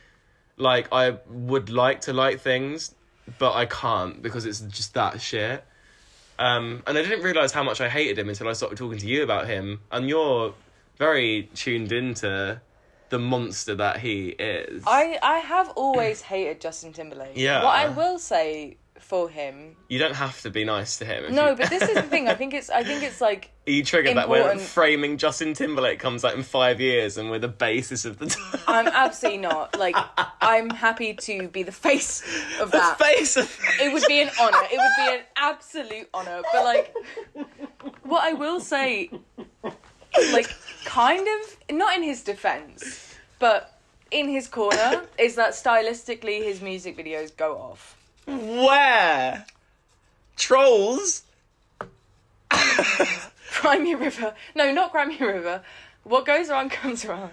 S2: Like, I would like to like things, but I can't because it's just that shit. Um, and I didn't realize how much I hated him until I started talking to you about him. And you're very tuned into the monster that he is.
S1: I, I have always hated Justin Timberlake.
S2: Yeah.
S1: What I will say for him.
S2: you don't have to be nice to him. if
S1: No,
S2: you-
S1: but this is the thing. I think it's I think it's like
S2: You triggered that when
S1: Important.
S2: framing Justin Timberlake comes out in five years and we're the basis of the
S1: I'm absolutely not. Like I'm happy to be the face of
S2: the
S1: that.
S2: face of
S1: it would be an honor. It would be an absolute honor. But like, what I will say, like, kind of not in his defense, but in his corner is that stylistically his music videos go off.
S2: where trolls.
S1: Crimea River. No, not Crimea River. What goes around comes around.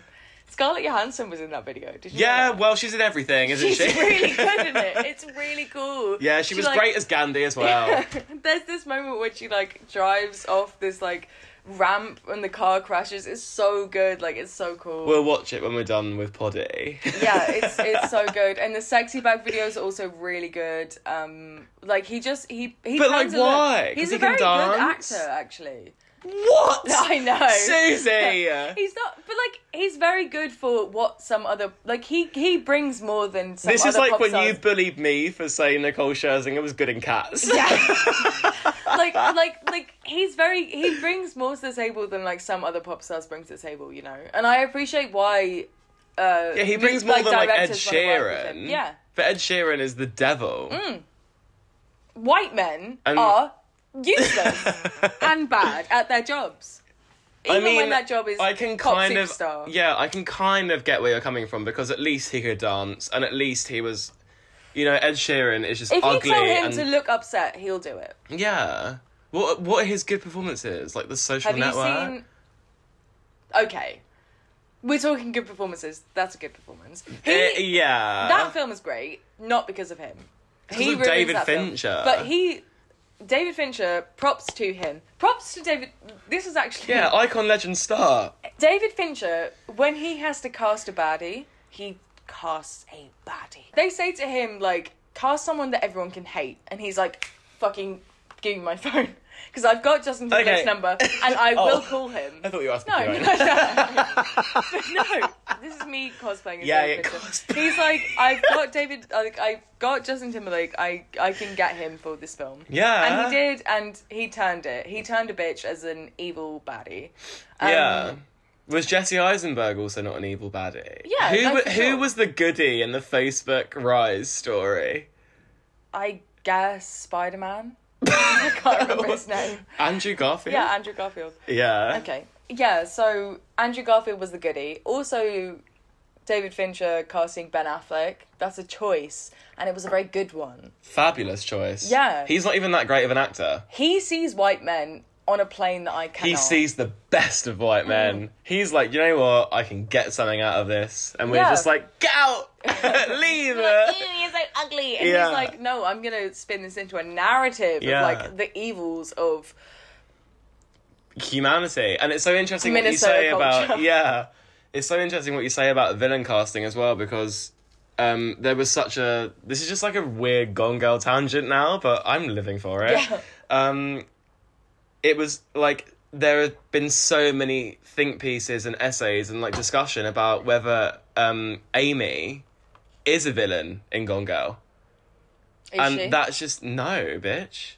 S1: Scarlett Johansson was in that video. Did you? know
S2: Yeah,
S1: that?
S2: well, she's in everything, isn't
S1: She's
S2: she?
S1: really good in it. It's really cool.
S2: yeah, she was
S1: like-
S2: great as Gandhi as well.
S1: There's this moment where she like drives off this like ramp and the car crashes. It's so good, like it's so cool.
S2: we'll watch it when we're done with Poddy.
S1: yeah, it's it's so good. And the sexy back video is also really good. Um like he just he he
S2: But, like,
S1: turns a look-
S2: why? 'Cause
S1: He's
S2: he
S1: a
S2: can
S1: very good
S2: dance?
S1: actor actually.
S2: What?
S1: I know.
S2: Susie.
S1: He's not but like he's very good for what some other like he he brings more than some
S2: This is
S1: other
S2: like
S1: pop
S2: when
S1: stars
S2: you bullied me for saying Nicole Scherzinger was good in Cats.
S1: Yeah. like like like he's very he brings more to the table than like some other pop stars bring to the table, you know. And I appreciate why. Uh,
S2: Yeah, he
S1: mu-
S2: brings more than like Ed
S1: directors wanna work with him.
S2: Sheeran.
S1: Yeah, Mm,
S2: But Ed Sheeran is the devil.
S1: white men
S2: And-
S1: are useless and bad at their jobs. Even when that job is
S2: I can
S1: pop
S2: kind
S1: superstar.
S2: of yeah, I can kind of get where you're coming from because at least he could dance and at least he was, you know, Ed Sheeran is just
S1: If you
S2: ugly
S1: tell him
S2: and
S1: to look upset, he'll do it.
S2: yeah. What what are his good performances like the Social
S1: Have
S2: Network?
S1: you seen? Okay, we're talking good performances. That's a good performance. He-
S2: Eh, yeah,
S1: That film is great, not because of him.
S2: of
S1: ruins
S2: David
S1: that film.
S2: Fincher.
S1: But he, David Fincher, props to him. Props to David. This is actually
S2: yeah, icon, legend, star.
S1: David Fincher. When he has to cast a baddie, he casts a baddie. They say to him like, cast someone that everyone can hate, and he's like, fucking, give me my phone because I've got Justin Timberlake's
S2: Okay.
S1: number, and I
S2: Oh.
S1: will call him.
S2: I thought you asked
S1: No,
S2: me.
S1: no,
S2: right?
S1: no, no. But no, this is me cosplaying. As
S2: Yeah,
S1: David
S2: yeah,
S1: Fincher.
S2: cosplay.
S1: He's like, I've got David, like, I've got Justin Timberlake. I, I can get him for this film.
S2: Yeah.
S1: and he did, and he turned it. He turned a bitch as an evil baddie. Um,
S2: yeah. Was Jesse Eisenberg also not an evil baddie?
S1: Yeah,
S2: Who
S1: no,
S2: wa-
S1: for
S2: who
S1: sure.
S2: was the goody in the Facebook Rise story?
S1: I guess Spider Man. I can't remember his name.
S2: Andrew Garfield.
S1: Yeah, Andrew Garfield.
S2: Yeah.
S1: Okay. Yeah, so Andrew Garfield was the goody. Also, David Fincher casting Ben Affleck. That's a choice, and it was a very good one.
S2: Fabulous choice.
S1: Yeah.
S2: He's not even that great of an actor.
S1: He sees white men on a plane that I cannot. Mm.
S2: He sees the best of white men. He's like, you know what? I can get something out of this. And we're
S1: Yeah.
S2: just like, get out! Leave!
S1: Like, "Ew, you're so ugly, and
S2: Yeah.
S1: he's like, "No, I'm gonna spin this into a narrative
S2: Yeah.
S1: of like the evils of
S2: Humanity. And it's so interesting
S1: Minnesota
S2: what you say about.
S1: culture.
S2: Yeah. It's so interesting what you say about villain casting as well because. Um, there was such a. This is just like a weird Gone Girl tangent now, but I'm living for it.
S1: Yeah.
S2: Um, it was like there have been so many think pieces and essays and like discussion about whether um, Amy is a villain in Gone Girl.
S1: is
S2: and
S1: she?
S2: that's just no, bitch.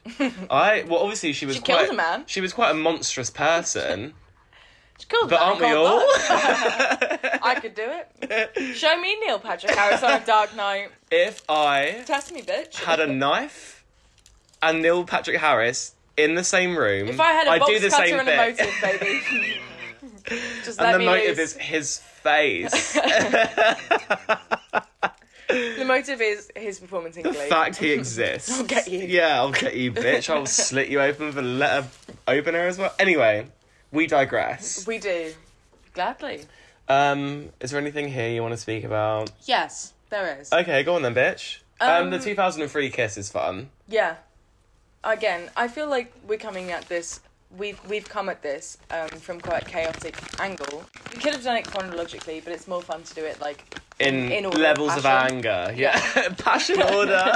S2: I well, obviously she was
S1: She
S2: quite
S1: killed a man.
S2: She was quite a monstrous person,
S1: It's cool,
S2: but
S1: I
S2: aren't we
S1: can't
S2: all?
S1: lie. I could do it. Show me Neil Patrick Harris on a Dark Knight.
S2: if I
S1: Test me, bitch.
S2: had a knife and Neil Patrick Harris in the same room,
S1: if I had a
S2: I'd
S1: box
S2: do the
S1: cutter
S2: same
S1: and
S2: thing.
S1: a motive, baby. Just let
S2: and the
S1: me
S2: motive
S1: loose.
S2: is his face.
S1: The motive is his performance in
S2: The
S1: Glee.
S2: fact he exists.
S1: I'll get you.
S2: Yeah, I'll get you, bitch. I'll slit you open with a letter opener as well. Anyway, we digress.
S1: We do. Gladly.
S2: Um, is there anything here you want to speak about?
S1: Yes, there is.
S2: Okay, go on then, bitch. Um,
S1: Um,
S2: the 2003 kiss is fun.
S1: Yeah. Again, I feel like we're coming at this. We've we've come at this um, from quite a chaotic angle. We could have done it chronologically, but it's more fun to do it like
S2: In,
S1: in order,
S2: levels of
S1: passion.
S2: anger. Yeah. passion order.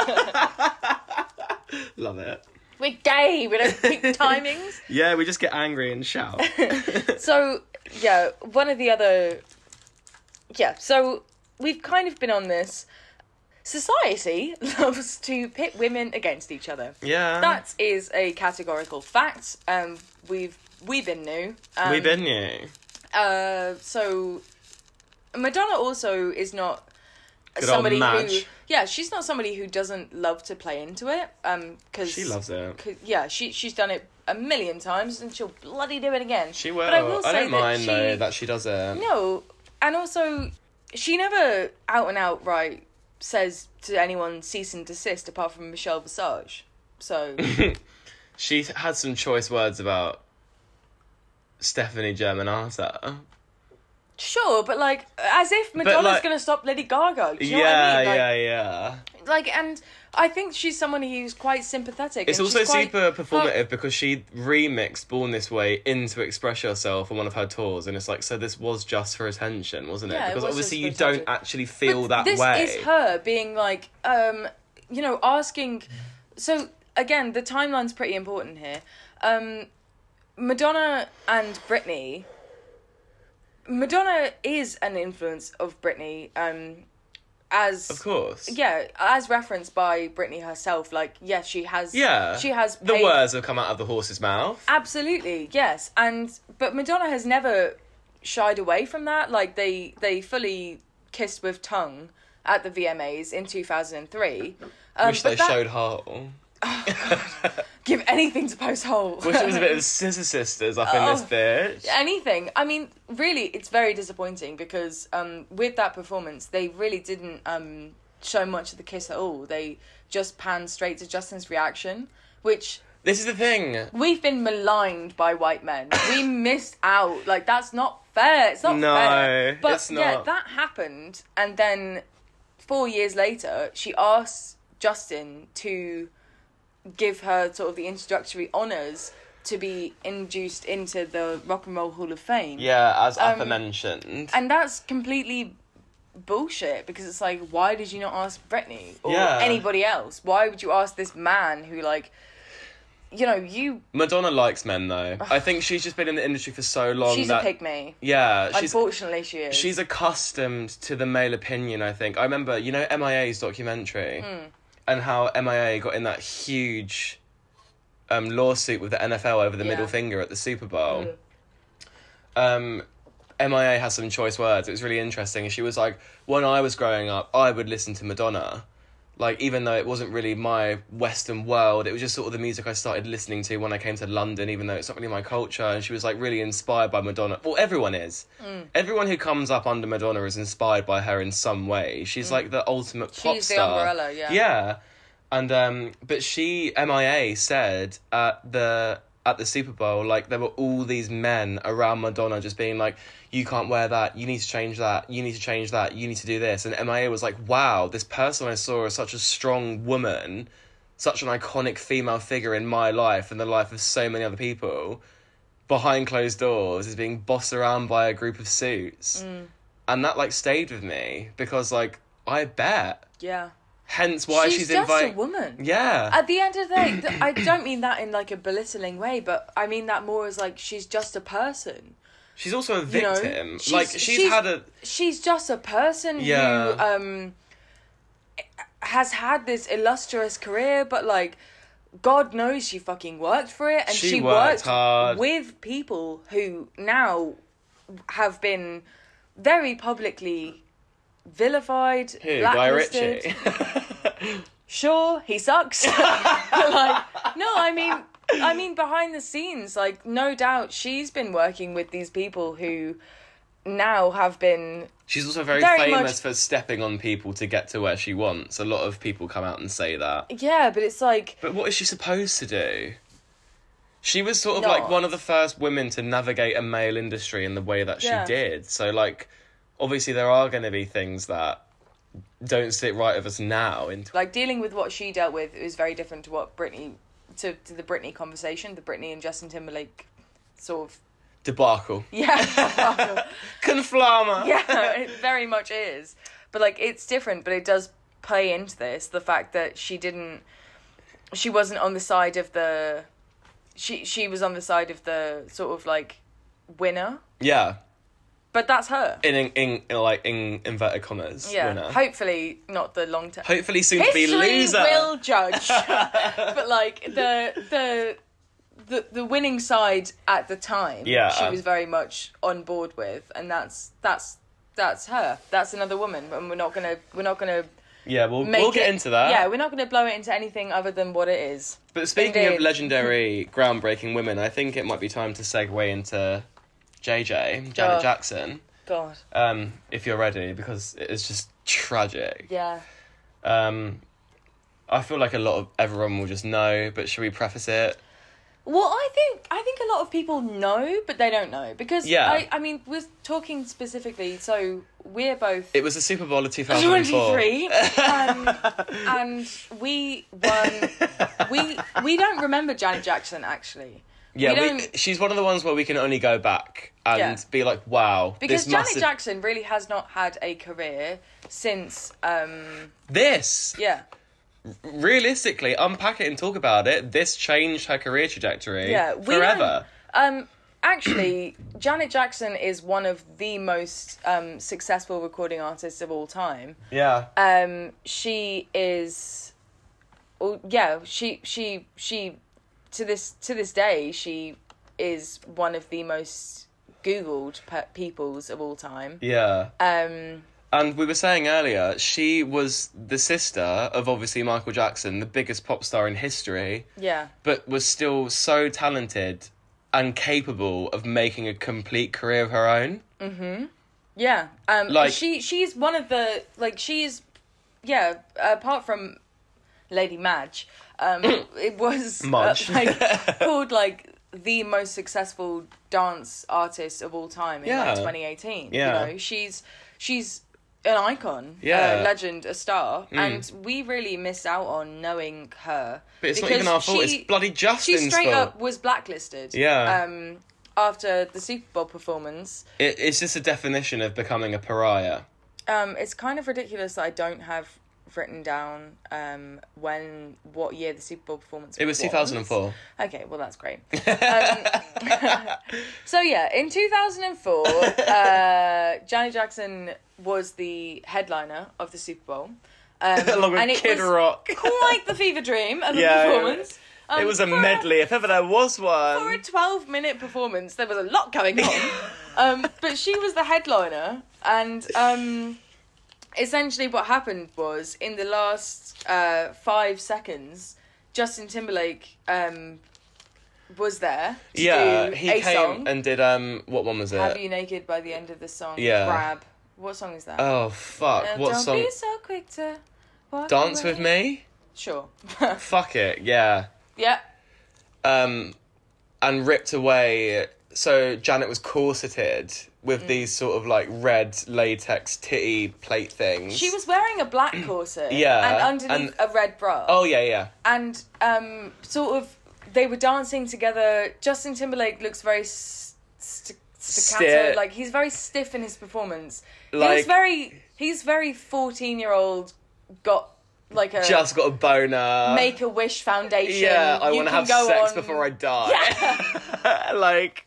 S2: Love it.
S1: we're gay. We don't pick timings.
S2: Yeah, we just get angry and shout.
S1: So yeah, one of the other. Yeah, so we've kind of been on this. Society loves to pit women against each other.
S2: yeah.
S1: That is a categorical fact. Um, we've we've been new. Um,
S2: We've been you.
S1: Uh, so Madonna also is not
S2: Good old
S1: somebody who
S2: Madge.
S1: yeah she's not somebody who doesn't love to play into it um because
S2: She loves it.
S1: yeah she she's done it a million times and she'll bloody do it again
S2: She will.
S1: but I will say
S2: don't
S1: that
S2: mind
S1: she,
S2: though that she does it.
S1: no and also she never out and outright says to anyone cease and desist apart from Michelle Visage so
S2: She had some choice words about Stephanie Germanata.
S1: sure but like as if Madonna's
S2: like-
S1: gonna stop Lady Gaga you know what
S2: yeah,
S1: I mean like,
S2: yeah, yeah.
S1: like and i think she's someone who's quite sympathetic
S2: It's
S1: and
S2: also
S1: she's quite-
S2: super performative because she remixed Born This Way into Express Yourself on one of her tours, and it's like, so this was just for attention, wasn't it?
S1: Yeah, it
S2: because
S1: was just
S2: obviously
S1: for
S2: you don't
S1: attention.
S2: actually feel that
S1: this
S2: way.
S1: is her being like um you know asking so again the timeline's pretty important here um madonna and britney madonna is an influence of britney um as
S2: Of course.
S1: yeah as referenced by britney herself like yes she has
S2: Yeah.
S1: she has
S2: The
S1: paid- Um,
S2: words have come out of the horse's mouth.
S1: Absolutely, yes. And but Madonna has never shied away from that. Like they they fully kissed with tongue at the VMAs in 2003. Um,
S2: Wish
S1: but
S2: they
S1: that-
S2: showed whole.
S1: give anything to post hole.
S2: Wish it was a bit of Scissor Sisters up in this
S1: Oh.
S2: bitch.
S1: anything. I mean, really, it's very disappointing because um, with that performance, they really didn't um, show much of the kiss at all. They just panned straight to Justin's reaction, which
S2: This is the thing.
S1: we've been maligned by white men. We missed out. Like that's not fair. It's not
S2: No,
S1: fair. But
S2: it's
S1: yeah,
S2: not.
S1: that happened, and then four years later, she asked Justin to give her sort of the introductory honors to be induced into the Rock and Roll Hall of Fame.
S2: Yeah, as aforementioned.
S1: Um, And that's completely bullshit because it's like, why did you not ask Britney or
S2: Yeah.
S1: anybody else? Why would you ask this man who, like, you know, you
S2: Madonna likes men though. I think she's just been in the industry for so long
S1: she's
S2: that
S1: a pygmy.
S2: yeah, she's
S1: Unfortunately, she is.
S2: she's accustomed to the male opinion. I think I remember you know MIA's documentary
S1: Hmm.
S2: and how MIA got in that huge um, lawsuit with the NFL over
S1: Yeah.
S2: the
S1: Hmm.
S2: middle finger at the Super Bowl. Um, MIA has some choice words. It was really interesting. She was like, when I was growing up, I would listen to Madonna. Like, even though it wasn't really my Western world, it was just sort of the music I started listening to when I came to London, even though it's not really my culture. And she was like really inspired by Madonna. Well, everyone is.
S1: Mm.
S2: Everyone who comes up under Madonna is inspired by her in some way. She's like the ultimate pop
S1: Mm. She's the
S2: star.
S1: umbrella, yeah.
S2: Yeah. And um, but she MIA said at the at the Super Bowl, like there were all these men around Madonna just being like, "You can't wear that. You need to change that. You need to change that. You need to do this." And MIA was like, "Wow, this person I saw is such a strong woman, such an iconic female figure in my life and the life of so many other people." Behind closed doors is being bossed around by a group of suits,
S1: Mm.
S2: and that like stayed with me because like I bet.
S1: yeah.
S2: Hence why she's,
S1: she's, just
S2: invited.
S1: a woman.
S2: Yeah.
S1: At the end of the day, th- I don't mean that in like a belittling way, but I mean that more as like she's just a person.
S2: she's also a
S1: You know,
S2: victim. like she's, had a
S1: she's just a person
S2: Yeah.
S1: who um has had this illustrious career, but like God knows she fucking worked for it, and
S2: She
S1: she,
S2: worked hard.
S1: with people who now have been very publicly vilified,
S2: who, Guy
S1: blacklisted.
S2: Ritchie.
S1: Sure, he sucks. But, like, no, I mean, I mean behind the scenes, like no doubt she's been working with these people who now have been
S2: She's also very,
S1: Very
S2: famous
S1: much-
S2: for stepping on people to get to where she wants. A lot of people come out and say that.
S1: yeah, but it's like
S2: But what is she supposed to do? She was sort of like
S1: Not.
S2: one of the first women to navigate a male industry in the way that she
S1: Yeah.
S2: did. So like obviously there are going to be things that don't sit right with us now in
S1: like dealing with what she dealt with is very different to what Britney to, to the Britney conversation, the Britney and Justin Timberlake sort of
S2: debacle.
S1: yeah.
S2: Conflama.
S1: yeah, it very much is. But like it's different, but it does play into this the fact that she didn't she wasn't on the side of the she she was on the side of the sort of like winner.
S2: Yeah.
S1: But that's her.
S2: In, in in like in inverted commas.
S1: Yeah.
S2: winner.
S1: Hopefully not the long term.
S2: Hopefully soon to be
S1: History
S2: loser.
S1: will judge. but like the the the the winning side at the time
S2: Yeah. um,
S1: she was very much on board with and that's that's that's her. That's another woman and we're not going to we're not going to
S2: Yeah, we'll
S1: make
S2: we'll get
S1: it-
S2: into that.
S1: Yeah, we're not going to blow it into anything other than what it is.
S2: But speaking of
S1: Indeed.
S2: legendary, groundbreaking women, I think it might be time to segue into JJ, Janet
S1: Oh.
S2: Jackson,
S1: God.
S2: um, if you're ready, because it's just tragic.
S1: Yeah.
S2: Um, I feel like a lot of everyone will just know, but should we preface it?
S1: Well, I think I think a lot of people know, but they don't know because
S2: Yeah.
S1: I, I mean we're talking specifically, so we're both
S2: It was the Super Bowl of 2004.
S1: 23, um, and we won. We we don't remember Janet Jackson actually.
S2: Yeah,
S1: we
S2: we
S1: don't-
S2: she's one of the ones where we can only go back and
S1: Yeah.
S2: be like, wow.
S1: Because
S2: this
S1: Janet
S2: must have-
S1: Jackson really has not had a career since, um,
S2: This!
S1: yeah,
S2: Realistically, unpack it and talk about it. This changed her career trajectory
S1: yeah, we
S2: forever.
S1: don't- Um, actually, Janet Jackson is one of the most um, successful recording artists of all time.
S2: Yeah.
S1: um she is oh yeah she she she to this to this day she is one of the most googled pe- peoples of all time
S2: yeah.
S1: um
S2: And we were saying earlier, she was the sister of obviously Michael Jackson, the biggest pop star in history,
S1: yeah
S2: but was still so talented and capable of making a complete career of her own.
S1: yeah um
S2: Like-
S1: she she's one of the like she's yeah apart from lady madge um it was uh,
S2: Mudge.
S1: like called like the most successful dance artist of all time in
S2: Yeah.
S1: like 2018
S2: Yeah.
S1: you know she's she's an icon
S2: Yeah. Mm.
S1: a legend a star and we really miss out on knowing her
S2: But it's not even our fault, it's bloody
S1: she
S2: Justin's
S1: straight
S2: fault.
S1: up was blacklisted
S2: Yeah.
S1: um after the super bowl performance
S2: It, it's just a definition of becoming a pariah.
S1: um, it's kind of ridiculous that I don't have written down um, when what year the Super Bowl performance.
S2: It was 2004.
S1: Okay, well that's great. Um, so yeah, in 2004, uh, Janet Jackson was the headliner of the Super Bowl, um,
S2: Along with
S1: and it
S2: Kid
S1: was
S2: Rock.
S1: quite the fever dream of
S2: Yeah, it
S1: a
S2: was-
S1: performance. Um,
S2: it was a
S1: for
S2: medley, if ever there was
S1: for a
S2: one.
S1: 12 minute performance there was a lot going on um, but she was the headliner and um, essentially what happened was in the last uh, five seconds justin timberlake um, was there to
S2: Yeah,
S1: do
S2: he
S1: a
S2: came
S1: song
S2: and did, um, what one was it?
S1: have you naked by the end of the song
S2: Yeah.
S1: grab what song is that
S2: Oh, fuck.
S1: Uh,
S2: what
S1: don't
S2: song?
S1: be so quick to walk
S2: Dance with
S1: away.
S2: me?
S1: sure
S2: Fuck it, yeah.
S1: yeah
S2: um, and ripped away. So Janet was corseted
S1: Mm.
S2: with these sort of like red latex titty plate things.
S1: she was wearing a black corset
S2: Yeah,
S1: and underneath
S2: and-
S1: a red bra
S2: Oh yeah, yeah.
S1: and um, sort of they were dancing together. Justin Timberlake looks very st- st- staccato,
S2: Sti-
S1: like he's very stiff in his performance.
S2: Like-
S1: he's very he's very fourteen year old got like a
S2: Just got a boner.
S1: Uh, Make a Wish Foundation.
S2: yeah, I
S1: You
S2: want to
S1: can
S2: have
S1: go
S2: sex
S1: on-
S2: before I die.
S1: Yeah.
S2: like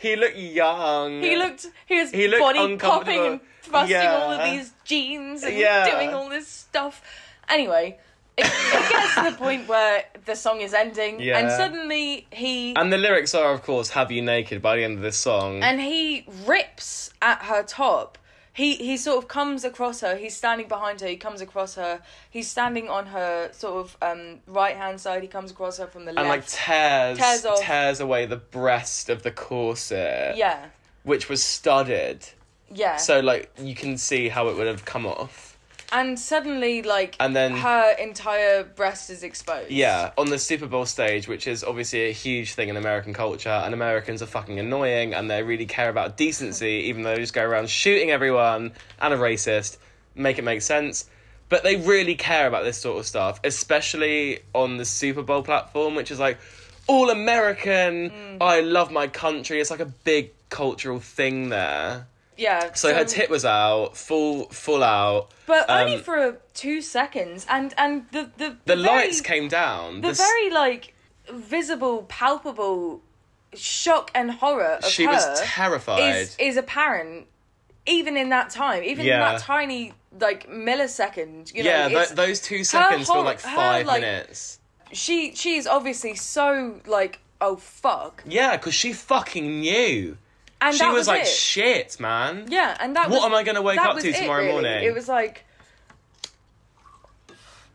S2: he looked young.
S1: He looked he was
S2: He looked
S1: body popping
S2: uncomfortable.
S1: and thrusting all of
S2: Yeah.
S1: these jeans and
S2: Yeah.
S1: doing all this stuff. Anyway. It, it gets to the point where the song is ending, and
S2: Yeah.
S1: suddenly he
S2: And the lyrics are, of course, "Have you naked" by the end of this song.
S1: and he rips at her top. He he sort of comes across her. He's standing behind her. He comes across her. He's standing on her sort of um, right hand side. He comes across her from the
S2: And, like
S1: left.
S2: tears
S1: Tears off.
S2: tears away the breast of the corset,
S1: yeah,
S2: which was studded.
S1: yeah.
S2: So like you can see how it would have come off.
S1: and suddenly, like,
S2: And then-
S1: her entire breast is exposed.
S2: Yeah, on the Super Bowl stage, which is obviously a huge thing in American culture, and Americans are fucking annoying and they really care about decency, even though they just go around shooting everyone and a racist. Make it make sense. But they really care about this sort of stuff, especially on the Super Bowl platform, which is like all American,
S1: Mm.
S2: I love my country. It's like a big cultural thing there.
S1: yeah. Um,
S2: So her tit was out, full full out.
S1: but only
S2: um,
S1: for uh, two seconds, and and the the
S2: The
S1: very-
S2: lights came down.
S1: the
S2: s-
S1: very like visible, palpable shock and horror of
S2: she
S1: her
S2: was terrified.
S1: is is apparent even in that time, even in
S2: Yeah.
S1: that tiny like millisecond. You know,
S2: yeah,
S1: it's-
S2: tho- those two seconds
S1: whole-
S2: were like
S1: her,
S2: five
S1: like-
S2: minutes.
S1: she she is obviously so like oh fuck,
S2: Yeah, because she fucking knew.
S1: and
S2: She
S1: that
S2: was,
S1: was,
S2: like,
S1: it.
S2: shit, man.
S1: yeah, and that
S2: What
S1: was,
S2: am I gonna wake
S1: that
S2: up
S1: was
S2: to
S1: it,
S2: tomorrow
S1: really.
S2: morning?
S1: It was like,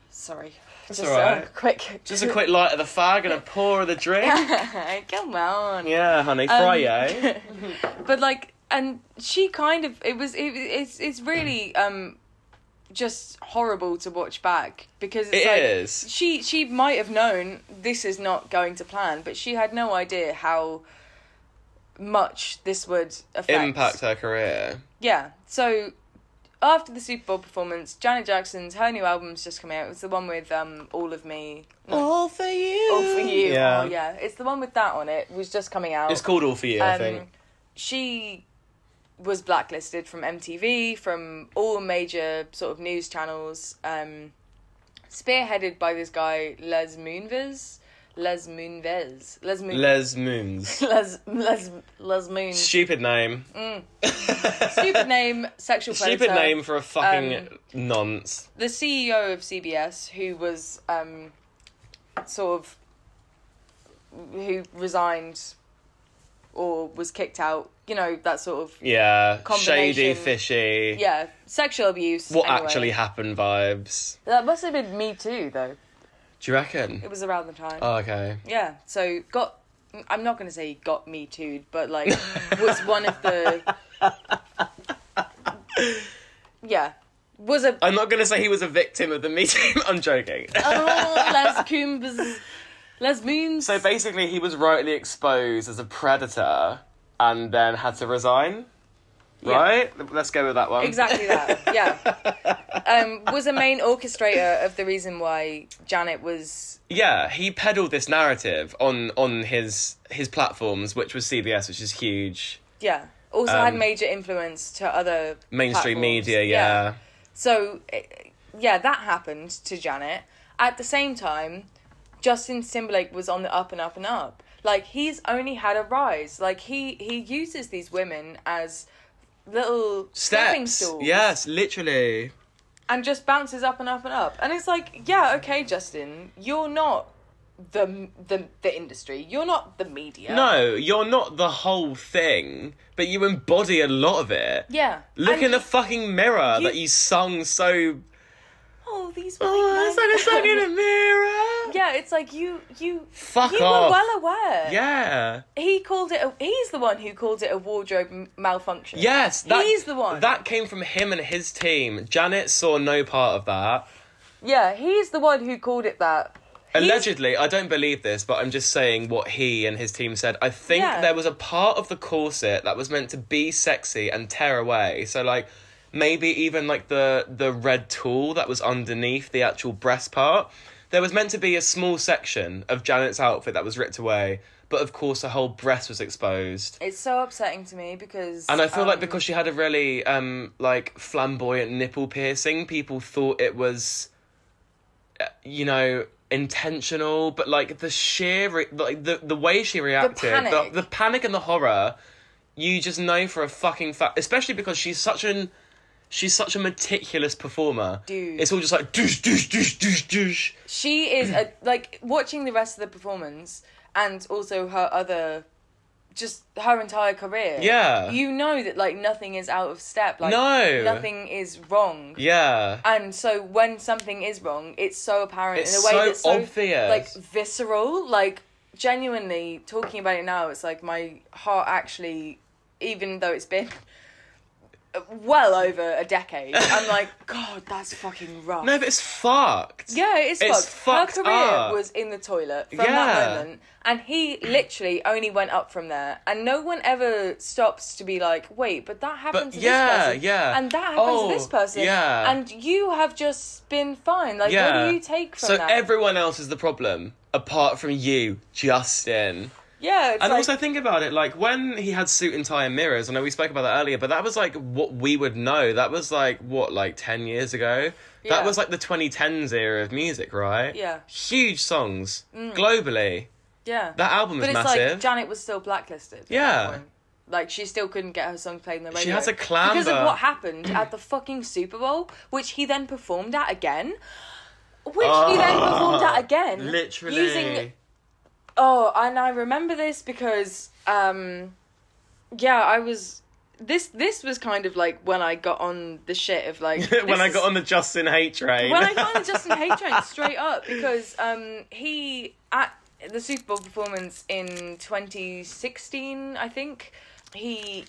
S1: sorry, just
S2: all right.
S1: uh, quick,
S2: Just a quick light of the fag and a pour of the drink.
S1: come on,
S2: yeah, honey,
S1: Um,
S2: fry eh?
S1: but like and she kind of it was it, it's it's really um just horrible to watch back because it's
S2: It
S1: like
S2: is.
S1: she she might have known this is not going to plan but she had no idea how much this would affect
S2: Impact her career.
S1: yeah so after the super bowl performance janet jackson's her new album's just come out it was the one with um all of me
S2: All for you.
S1: all for you
S2: Yeah.
S1: oh yeah it's the one with that on it was just coming out
S2: It's called All for You, I
S1: um,
S2: think.
S1: she was blacklisted from MTV, from all major sort of news channels, um, spearheaded by this guy Les Moonves, Les Moonves, Les Moon,
S2: Les Moons.
S1: Les Les Les Moon.
S2: Stupid name.
S1: Mm, Stupid name, sexual predator.
S2: Stupid name for a fucking
S1: um,
S2: nonce.
S1: The CEO of CBS, who was um, sort of who resigned or was kicked out, you know that sort of
S2: Yeah. Shady,
S1: combination.
S2: fishy.
S1: yeah, sexual abuse.
S2: What
S1: anyway.
S2: actually happened vibes.
S1: That must have been Me Too, though.
S2: Do you reckon?
S1: It was around the time.
S2: Oh, okay.
S1: yeah, so got. I'm not going to say he got Me Too'd, but like, was one of the. Yeah. Was a.
S2: I'm not going to say he was a victim of the meeting. I'm joking.
S1: Oh, Les Coombs. Les Moons.
S2: so basically, he was rightly exposed as a predator and then had to resign. Right? Let's go with that one.
S1: Exactly that. Yeah. Um, was a main orchestrator of the reason why Janet was.
S2: Yeah, he peddled this narrative on on his his platforms, which was CBS, which is huge
S1: Yeah. Also
S2: Um,
S1: had major influence to other
S2: mainstream
S1: platforms.
S2: media. Yeah.
S1: So, eh, yeah, that happened to Janet. At the same time, Justin Timberlake was on the up and up and up. Like he's only had a rise. Like he he uses these women as little stepping
S2: Steps.
S1: stools.
S2: Yes, literally.
S1: And just bounces up and up and up. And it's like, yeah, okay, Justin, you're not the the the industry. You're not the media.
S2: No, you're not the whole thing, but you embody a lot of it.
S1: Yeah.
S2: Look
S1: And
S2: in the fucking mirror
S1: you-
S2: that you sung so
S1: oh these
S2: Oh,
S1: white
S2: I
S1: men.
S2: sung in a mirror.
S1: Yeah, it's like you you
S2: Fuck
S1: you
S2: off.
S1: were well aware.
S2: yeah.
S1: He called it. A, he's the one who called it a wardrobe m- malfunction.
S2: Yes.
S1: He's the one.
S2: That came from him and his team. Janet saw no part of that.
S1: Yeah, he's the one who called it that. He's-
S2: Allegedly, I don't believe this, but I'm just saying what he and his team said. I think
S1: Yeah.
S2: there was a part of the corset that was meant to be sexy and tear away. So like maybe even like the the red tulle that was underneath the actual breast part. There was meant to be a small section of Janet's outfit that was ripped away, but of course her whole breast was exposed.
S1: It's so upsetting to me because.
S2: And I feel like
S1: um,
S2: because she had a really um like flamboyant nipple piercing, people thought it was, uh, you know, intentional. But like the sheer, re- like the the way she reacted,
S1: panic.
S2: the panic and the horror, you just know for a fucking fact. Especially because she's such an, she's such a meticulous performer.
S1: Dude.
S2: it's all just like doosh doosh doosh doosh doosh.
S1: she is a, like watching the rest of the performance and also her other, just her entire career.
S2: Yeah.
S1: You know that like nothing is out of step. Like
S2: No.
S1: nothing is wrong.
S2: Yeah.
S1: And so when something is wrong, it's so apparent
S2: It's
S1: in a way
S2: so
S1: that's so
S2: obvious.
S1: like visceral. Like genuinely talking about it now, it's like my heart actually, even though it's been well over a decade. I'm like, God, that's fucking rough.
S2: No, but it's fucked.
S1: Yeah, it is
S2: It's
S1: fucked. Her
S2: fucked
S1: career
S2: up.
S1: was in the toilet from
S2: Yeah.
S1: that moment, and he literally only went up from there. And no one ever stops to be like, "Wait, but that happened
S2: But
S1: to
S2: yeah,
S1: this person,
S2: yeah.
S1: and that happened
S2: Oh,
S1: to this person,
S2: yeah.
S1: and you have just been fine." Like, what do you take from
S2: so
S1: that?
S2: everyone else is the problem apart from you, Justin.
S1: yeah, it's
S2: And
S1: like,
S2: also think about it, like when he had suit and tie and mirrors. I know we spoke about that earlier, but that was like what we would know. That was like what, like ten years ago.
S1: Yeah.
S2: That was like the 2010s era of music, right?
S1: Yeah.
S2: Huge songs globally.
S1: yeah,
S2: That album was
S1: but it's
S2: massive.
S1: like Janet was still blacklisted. at that
S2: Yeah.
S1: point. Like she still couldn't get her songs played in the radio.
S2: has a clamber.
S1: because of what happened at the fucking Super Bowl, which he then performed at again, which he then
S2: Oh,
S1: performed at again,
S2: Literally.
S1: using Oh, and I remember this because um yeah, I was this this was kind of like when I got on the shit of like
S2: when I
S1: this
S2: got on the Justin Hate train.
S1: is- when I got on the Justin Hay train straight up because um he at the Super Bowl performance in 2016, I think, he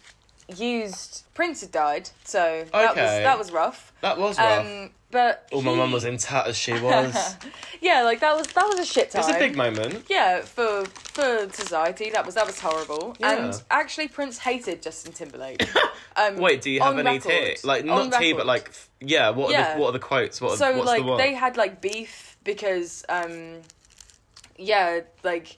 S1: used Prince had died, so that was
S2: Okay.
S1: that was rough.
S2: That was rough.
S1: Um but
S2: oh, my
S1: he-
S2: mum was in tatters. She was.
S1: yeah, like that was that was a shit time
S2: it's a big moment.
S1: yeah, for for society, that was that was horrible.
S2: Yeah.
S1: And actually, Prince hated Justin Timberlake. Um,
S2: Wait, do you have
S1: on
S2: any
S1: record.
S2: tea? Like
S1: On
S2: not tea,
S1: record.
S2: but like f- yeah. What are
S1: Yeah.
S2: the what are the quotes? What are,
S1: so
S2: what's
S1: like
S2: the what?
S1: they had like beef because um, yeah, like.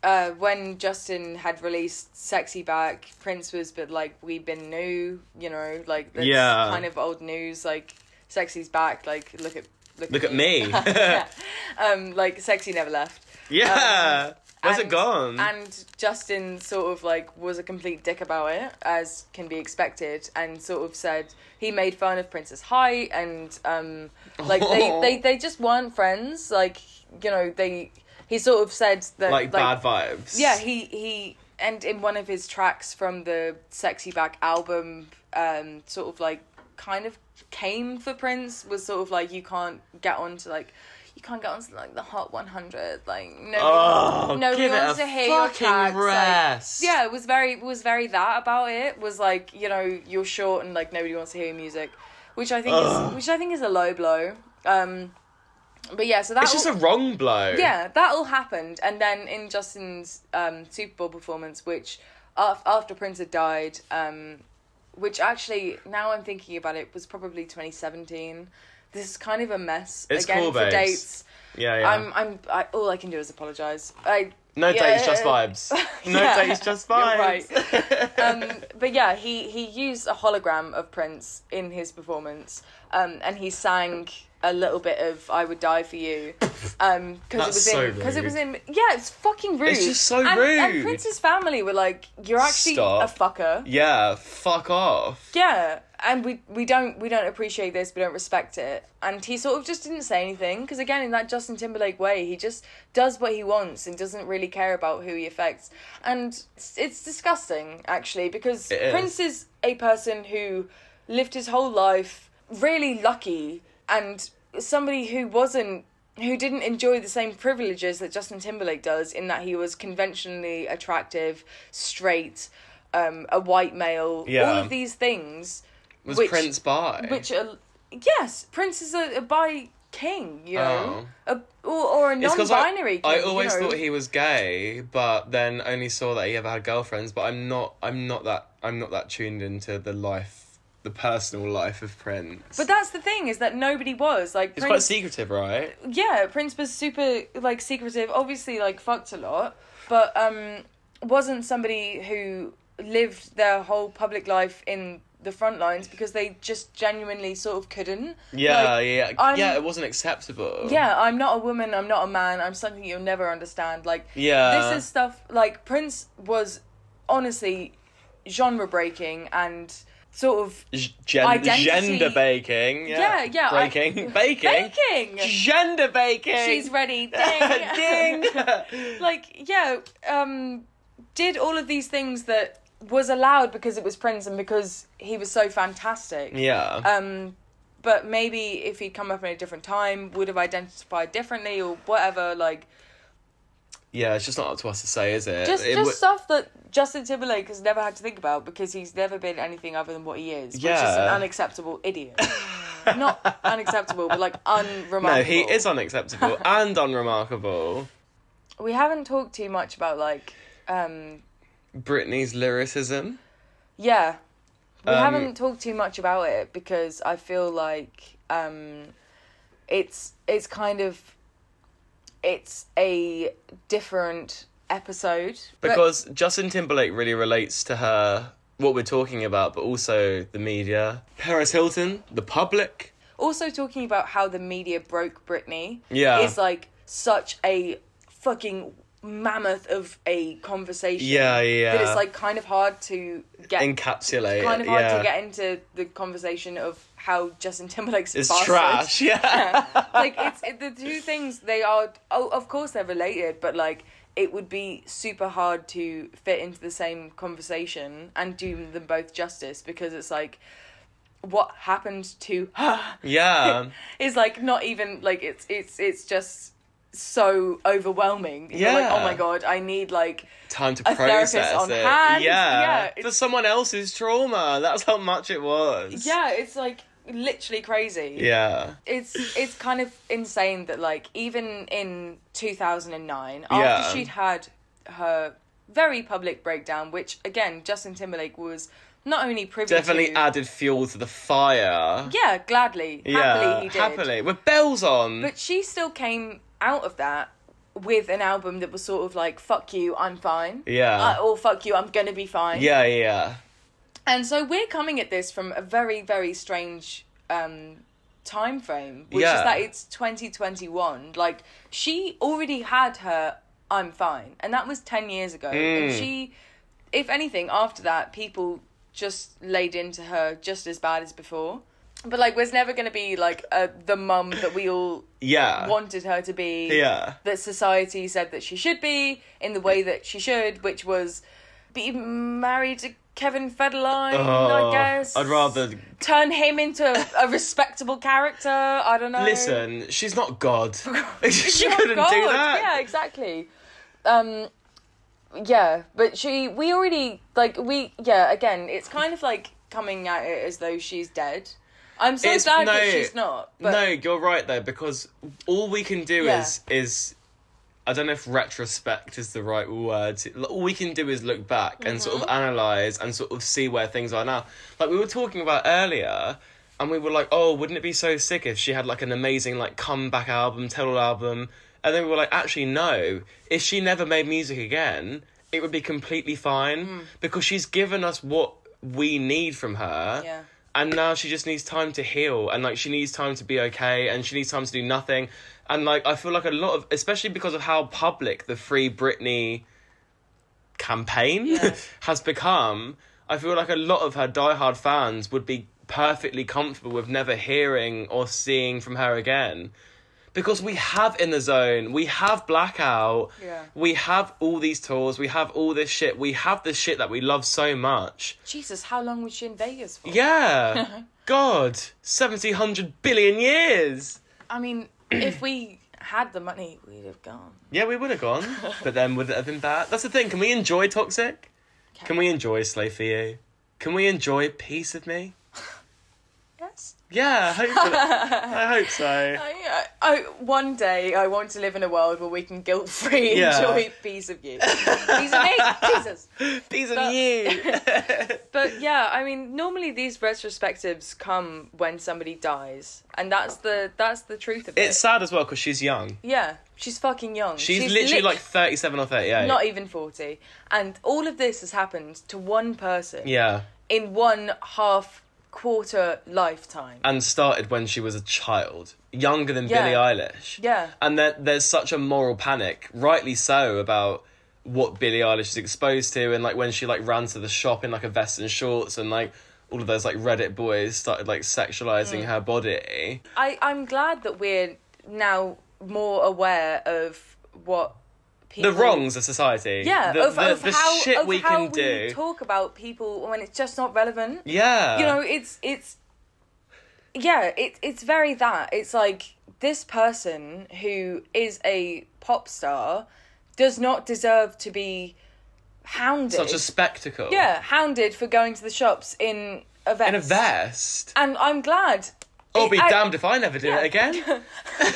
S1: Uh, when Justin had released "Sexy Back," Prince was but like we've been new, you know, like that's
S2: Yeah.
S1: kind of old news. Like "Sexy's Back," like look at look,
S2: Look at me.
S1: Yeah. um, like "Sexy" never left.
S2: yeah. Where's
S1: Um,
S2: it
S1: and-
S2: gone?
S1: And Justin sort of like was a complete dick about it, as can be expected, and sort of said he made fun of Prince's height, and um, like they,
S2: Oh.
S1: they they just weren't friends. Like you know they he sort of said that
S2: like, bad vibes.
S1: yeah, he he and in one of his tracks from the Sexy Back album, um, sort of like kind of came for Prince was sort of like you can't get on to like you can't get on to like the Hot 100 like no
S2: Oh,
S1: no
S2: give it
S1: one wants
S2: a
S1: to hear your
S2: fucking
S1: tracks like-
S2: rest.
S1: yeah, it was very it was very that about it was like you know you're short and like nobody wants to hear your music, which I think is
S2: Ugh.
S1: which I think is a low blow. Um, but yeah, so that
S2: It's just
S1: all-
S2: a wrong blow.
S1: yeah, that all happened, and then in Justin's um, Super Bowl performance, which af- after Prince had died, um, which actually now I'm thinking about it was probably 2017. This is kind of a mess
S2: It's
S1: again
S2: cool,
S1: for
S2: babes.
S1: dates.
S2: Yeah, yeah.
S1: I'm, I'm, I, all I can do is apologize. I
S2: no
S1: yeah.
S2: dates, just vibes. No
S1: Yeah.
S2: dates, just
S1: You're
S2: vibes.
S1: um, but yeah, he he used a hologram of Prince in his performance, um, and he sang a little bit of "I Would Die for You," because it
S2: That's
S1: was
S2: so
S1: in because it was
S2: rude.
S1: in yeah, it's fucking rude.
S2: just so
S1: and, And
S2: rude.
S1: Prince's family were like, "You're actually
S2: Stop.
S1: a fucker."
S2: yeah, fuck off.
S1: Yeah, and we we don't we don't appreciate this. We don't respect it. And he sort of just didn't say anything because again, in that Justin Timberlake way, he just does what he wants and doesn't really care about who he affects. And it's, it's disgusting actually because
S2: It is.
S1: Prince is a person who lived his whole life really lucky and somebody who wasn't who didn't enjoy the same privileges that Justin Timberlake does in that he was conventionally attractive, straight, um, a white male, all
S2: Yeah.
S1: of these things.
S2: Was
S1: which,
S2: Prince by?
S1: Which are, yes, Prince is a, a bi king, you know, a, or, or a
S2: Oh. It's 'cause
S1: non-binary.
S2: I, I
S1: king, you
S2: always
S1: know.
S2: thought he was gay, but then only saw that he ever had girlfriends. But I'm not. I'm not that. I'm not that tuned into the life, the personal life of Prince.
S1: But that's the thing is that nobody was like
S2: it's quite
S1: Prince.
S2: secretive, right?
S1: yeah, Prince was super like secretive. Obviously, like fucked a lot, but um, wasn't somebody who lived their whole public life in the front lines because they just genuinely sort of couldn't.
S2: Yeah,
S1: Like,
S2: yeah,
S1: I'm-
S2: yeah. It wasn't acceptable.
S1: yeah, I'm not a woman, I'm not a man, I'm something you'll never understand. Like,
S2: Yeah.
S1: this is stuff, like, Prince was honestly genre breaking and sort of.
S2: G- gen-
S1: Identity-
S2: gender baking.
S1: Yeah,
S2: Yeah,
S1: yeah. I-
S2: Baking, baking,
S1: Baking!
S2: gender baking.
S1: She's ready. Ding!
S2: ding.
S1: like, yeah, um, did all of these things that was allowed because it was Prince and because he was so fantastic.
S2: yeah.
S1: Um, but maybe if he'd come up in a different time, would have identified differently or whatever. Like,
S2: yeah, it's just not up to us to say, is it?
S1: Just
S2: It
S1: just
S2: would-
S1: stuff that Justin Timberlake has never had to think about because he's never been anything other than what he is, which is an
S2: Yeah.
S1: unacceptable idiot. Not unacceptable, but like unremarkable.
S2: no, he is unacceptable and unremarkable.
S1: We haven't talked too much about like, um,
S2: Britney's lyricism.
S1: yeah, we
S2: Um,
S1: haven't talked too much about it because I feel like um, it's it's kind of it's a different episode but-
S2: Because Justin Timberlake really relates to her, what we're talking about, but also the media. Paris Hilton, the public.
S1: also talking about how the media broke Britney
S2: Yeah.
S1: is like such a fucking mammoth of a conversation.
S2: Yeah, yeah.
S1: That it's like kind of hard to get
S2: Encapsulate.
S1: kind of
S2: it,
S1: hard
S2: yeah.
S1: to get into the conversation of how Justin Timberlake's a
S2: It's
S1: bastard.
S2: trash, yeah.
S1: like it's it, the two things they are oh of course they're related but like it would be super hard to fit into the same conversation and do them both justice because it's like what happened to her
S2: yeah.
S1: is like not even like it's it's it's just so overwhelming. You're like,
S2: Yeah.
S1: oh my god, I need like
S2: Time to
S1: A therapist
S2: process
S1: on
S2: it.
S1: hand,
S2: Yeah.
S1: yeah,
S2: For
S1: it's-
S2: someone else's trauma. That's how much it was.
S1: yeah, it's like literally crazy.
S2: Yeah.
S1: It's it's kind of insane that like even in 2009
S2: Yeah.
S1: after she'd had her very public breakdown which again Justin Timberlake was not only privy
S2: Definitely
S1: to
S2: added fuel to the fire.
S1: yeah, gladly, happily he did.
S2: Happily. With bells on.
S1: But she still came out of that with an album that was sort of like "fuck you, I'm fine,"
S2: Yeah.
S1: uh, or "fuck you, I'm gonna be fine."
S2: yeah, yeah, yeah.
S1: And so we're coming at this from a very, very strange um, time frame, which
S2: Yeah.
S1: is that it's 2021. Like she already had her "I'm fine," and that was ten years ago. And
S2: Mm.
S1: she, if anything, after that, people just laid into her just as bad as before. But like, was never gonna be like a, the mum that we all
S2: Yeah.
S1: wanted her to be
S2: Uh. Yeah.
S1: that society said that she should be in the way that she should which was be married to kevin federline
S2: Oh,
S1: i guess
S2: I'd rather
S1: turn him into a, a respectable character i don't know
S2: listen. She's not God. she
S1: Oh,
S2: couldn't
S1: God.
S2: do that.
S1: yeah exactly um yeah but she we already like we yeah again it's kind of like coming at it as though she's dead i'm so
S2: It's-
S1: glad
S2: no,
S1: that she's not but
S2: no, you're right though, because all we can do
S1: Yeah.
S2: is is I don't know if retrospect is the right word. All we can do is look back and sort
S1: Mm-hmm.
S2: of analyze and sort of see where things are now. Like we were talking about earlier, and we were like, oh, wouldn't it be so sick if she had like an amazing like comeback album, total album? And then we were like, actually, no. If she never made music again, it would be completely fine
S1: Mm.
S2: because she's given us what we need from her
S1: Yeah.
S2: and now she just needs time to heal and like she needs time to be okay and she needs time to do nothing and like i feel like a lot of especially because of how public the free britney campaign
S1: Yeah.
S2: has become i feel like a lot of her diehard fans would be perfectly comfortable with never hearing or seeing from her again because we have in the zone we have blackout
S1: Yeah.
S2: we have all these tours we have all this shit we have the shit that we love so much
S1: jesus how long was she in vegas for
S2: yeah. God, 1700 billion years.
S1: I mean, if we had the money, we'd have gone.
S2: Yeah, we would have gone, but then would it have been bad? That's the thing. Can we enjoy Toxic? Can we enjoy Slave for You? Can we enjoy Piece of Me?
S1: Yes.
S2: Yeah, hopefully. I hope so.
S1: I, I, I, one day I want to live in a world where we can guilt free
S2: Yeah.
S1: enjoy piece of you. piece of me? Jesus.
S2: Piece of
S1: But-
S2: You.
S1: But yeah, I mean, normally these retrospectives come when somebody dies, and that's the that's the truth of it.
S2: it's sad as well because she's young.
S1: yeah, she's fucking young.
S2: She's, literally
S1: lit-
S2: like 37 or 38.
S1: not even forty, and all of this has happened to one person
S2: yeah.
S1: in one half quarter lifetime.
S2: and started when she was a child, younger than
S1: Yeah.
S2: Billie Eilish.
S1: Yeah.
S2: And that there's such a moral panic, rightly so, about what Billie Eilish is exposed to, and like when she like ran to the shop in like a vest and shorts, and like all of those like Reddit boys started like
S1: Mm.
S2: sexualizing her body.
S1: I, I'm glad that we're now more aware of what people
S2: The wrongs of society.
S1: Yeah,
S2: The,
S1: of,
S2: the,
S1: of
S2: the
S1: how,
S2: shit
S1: of
S2: we
S1: how we
S2: can do.
S1: talk about people when it's just not relevant.
S2: yeah.
S1: You know, it's it's yeah, it it's very that. It's like this person who is a pop star does not deserve to be hounded.
S2: Such a spectacle.
S1: yeah, hounded for going to the shops in a vest.
S2: In a vest.
S1: And I'm glad.
S2: I'll be
S1: I-
S2: damned if I never do it again.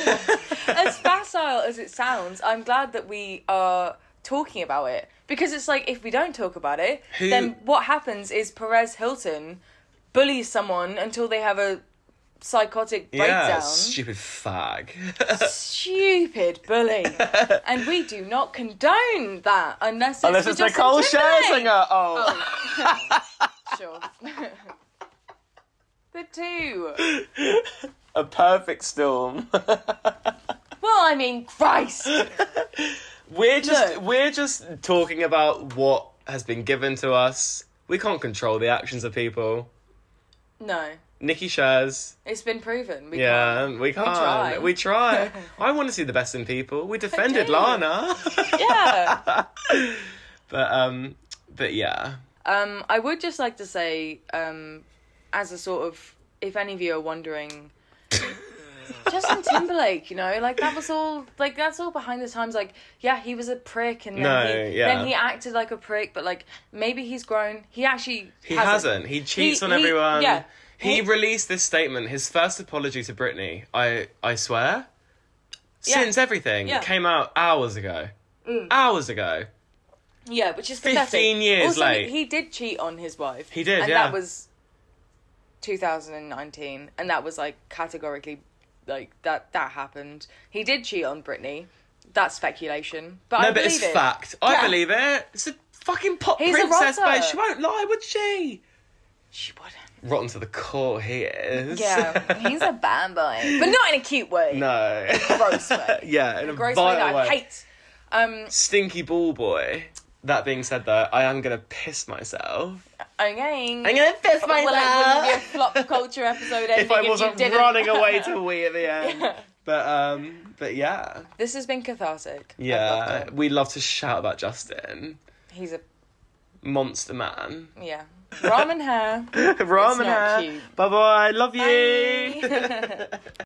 S1: as facile as it sounds, I'm glad that we are talking about it because it's like if we don't talk about it,
S2: Who-
S1: then what happens is Perez Hilton bullies someone until they have a psychotic breakdown.
S2: Yeah, stupid fag.
S1: Stupid bully, and we do not condone that unless it's,
S2: Unless
S1: for
S2: it's
S1: Justin
S2: Nicole
S1: Timberlake.
S2: Scherzinger. Oh.
S1: Sure. the two. Oh.
S2: a perfect storm.
S1: Well, I mean, Christ.
S2: We're just
S1: No.
S2: we're just talking about what has been given to us. We can't control the actions of people.
S1: No,
S2: Nikki shares.
S1: it's been proven. We
S2: Yeah, we can't.
S1: try.
S2: We try. I want to see the best in people. We defended
S1: do.
S2: Lana.
S1: Can't. Yeah.
S2: but um but yeah.
S1: Um, I would just like to say, um, as a sort of, if any of you are wondering, Justin Timberlake, you know, like that was all, like that's all behind the times. Like, yeah, he was a prick, and then,
S2: No,
S1: he,
S2: yeah.
S1: then he acted like a prick, but like maybe he's grown. He actually
S2: He hasn't. He cheats
S1: He-
S2: on
S1: he-
S2: everyone.
S1: yeah.
S2: He,
S1: He-
S2: released this statement, his first apology to Britney. I I swear.
S1: Yeah.
S2: Since everything
S1: Yeah. Mm.
S2: came out hours ago. Hours ago.
S1: Yeah, which is
S2: 15
S1: pathetic.
S2: years
S1: also,
S2: late.
S1: He did cheat on his wife.
S2: He did,
S1: and
S2: yeah.
S1: that was 2019, and that was like categorically, like that that happened. He did cheat on Britney. That's speculation, but I
S2: No, but
S1: believe
S2: it's
S1: it.
S2: fact. I
S1: Yeah.
S2: believe it. It's a fucking pop
S1: He's a
S2: princess,
S1: rotter.
S2: babe. She won't lie, would she?
S1: She wouldn't.
S2: Rotten to the core, he is.
S1: Yeah, he's a bad boy, but not in a cute way.
S2: no.
S1: gross way.
S2: yeah, in a
S1: gross way
S2: vile
S1: that I hate. Um,
S2: Stinky ball boy. That being said, though, I am gonna piss myself.
S1: okay.
S2: I'm gonna piss myself.
S1: Well, it wouldn't be a flop culture episode ending
S2: if I
S1: you
S2: wasn't
S1: didn't.
S2: running away to wee at the end. But um, but yeah,
S1: This has been cathartic. I've loved
S2: yeah,
S1: it.
S2: we love to shout about Justin,
S1: He's a
S2: monster man.
S1: yeah. Ramen hair.
S2: Ramen,
S1: not
S2: hair.
S1: cute.
S2: bye bye. Love you.
S1: Bye.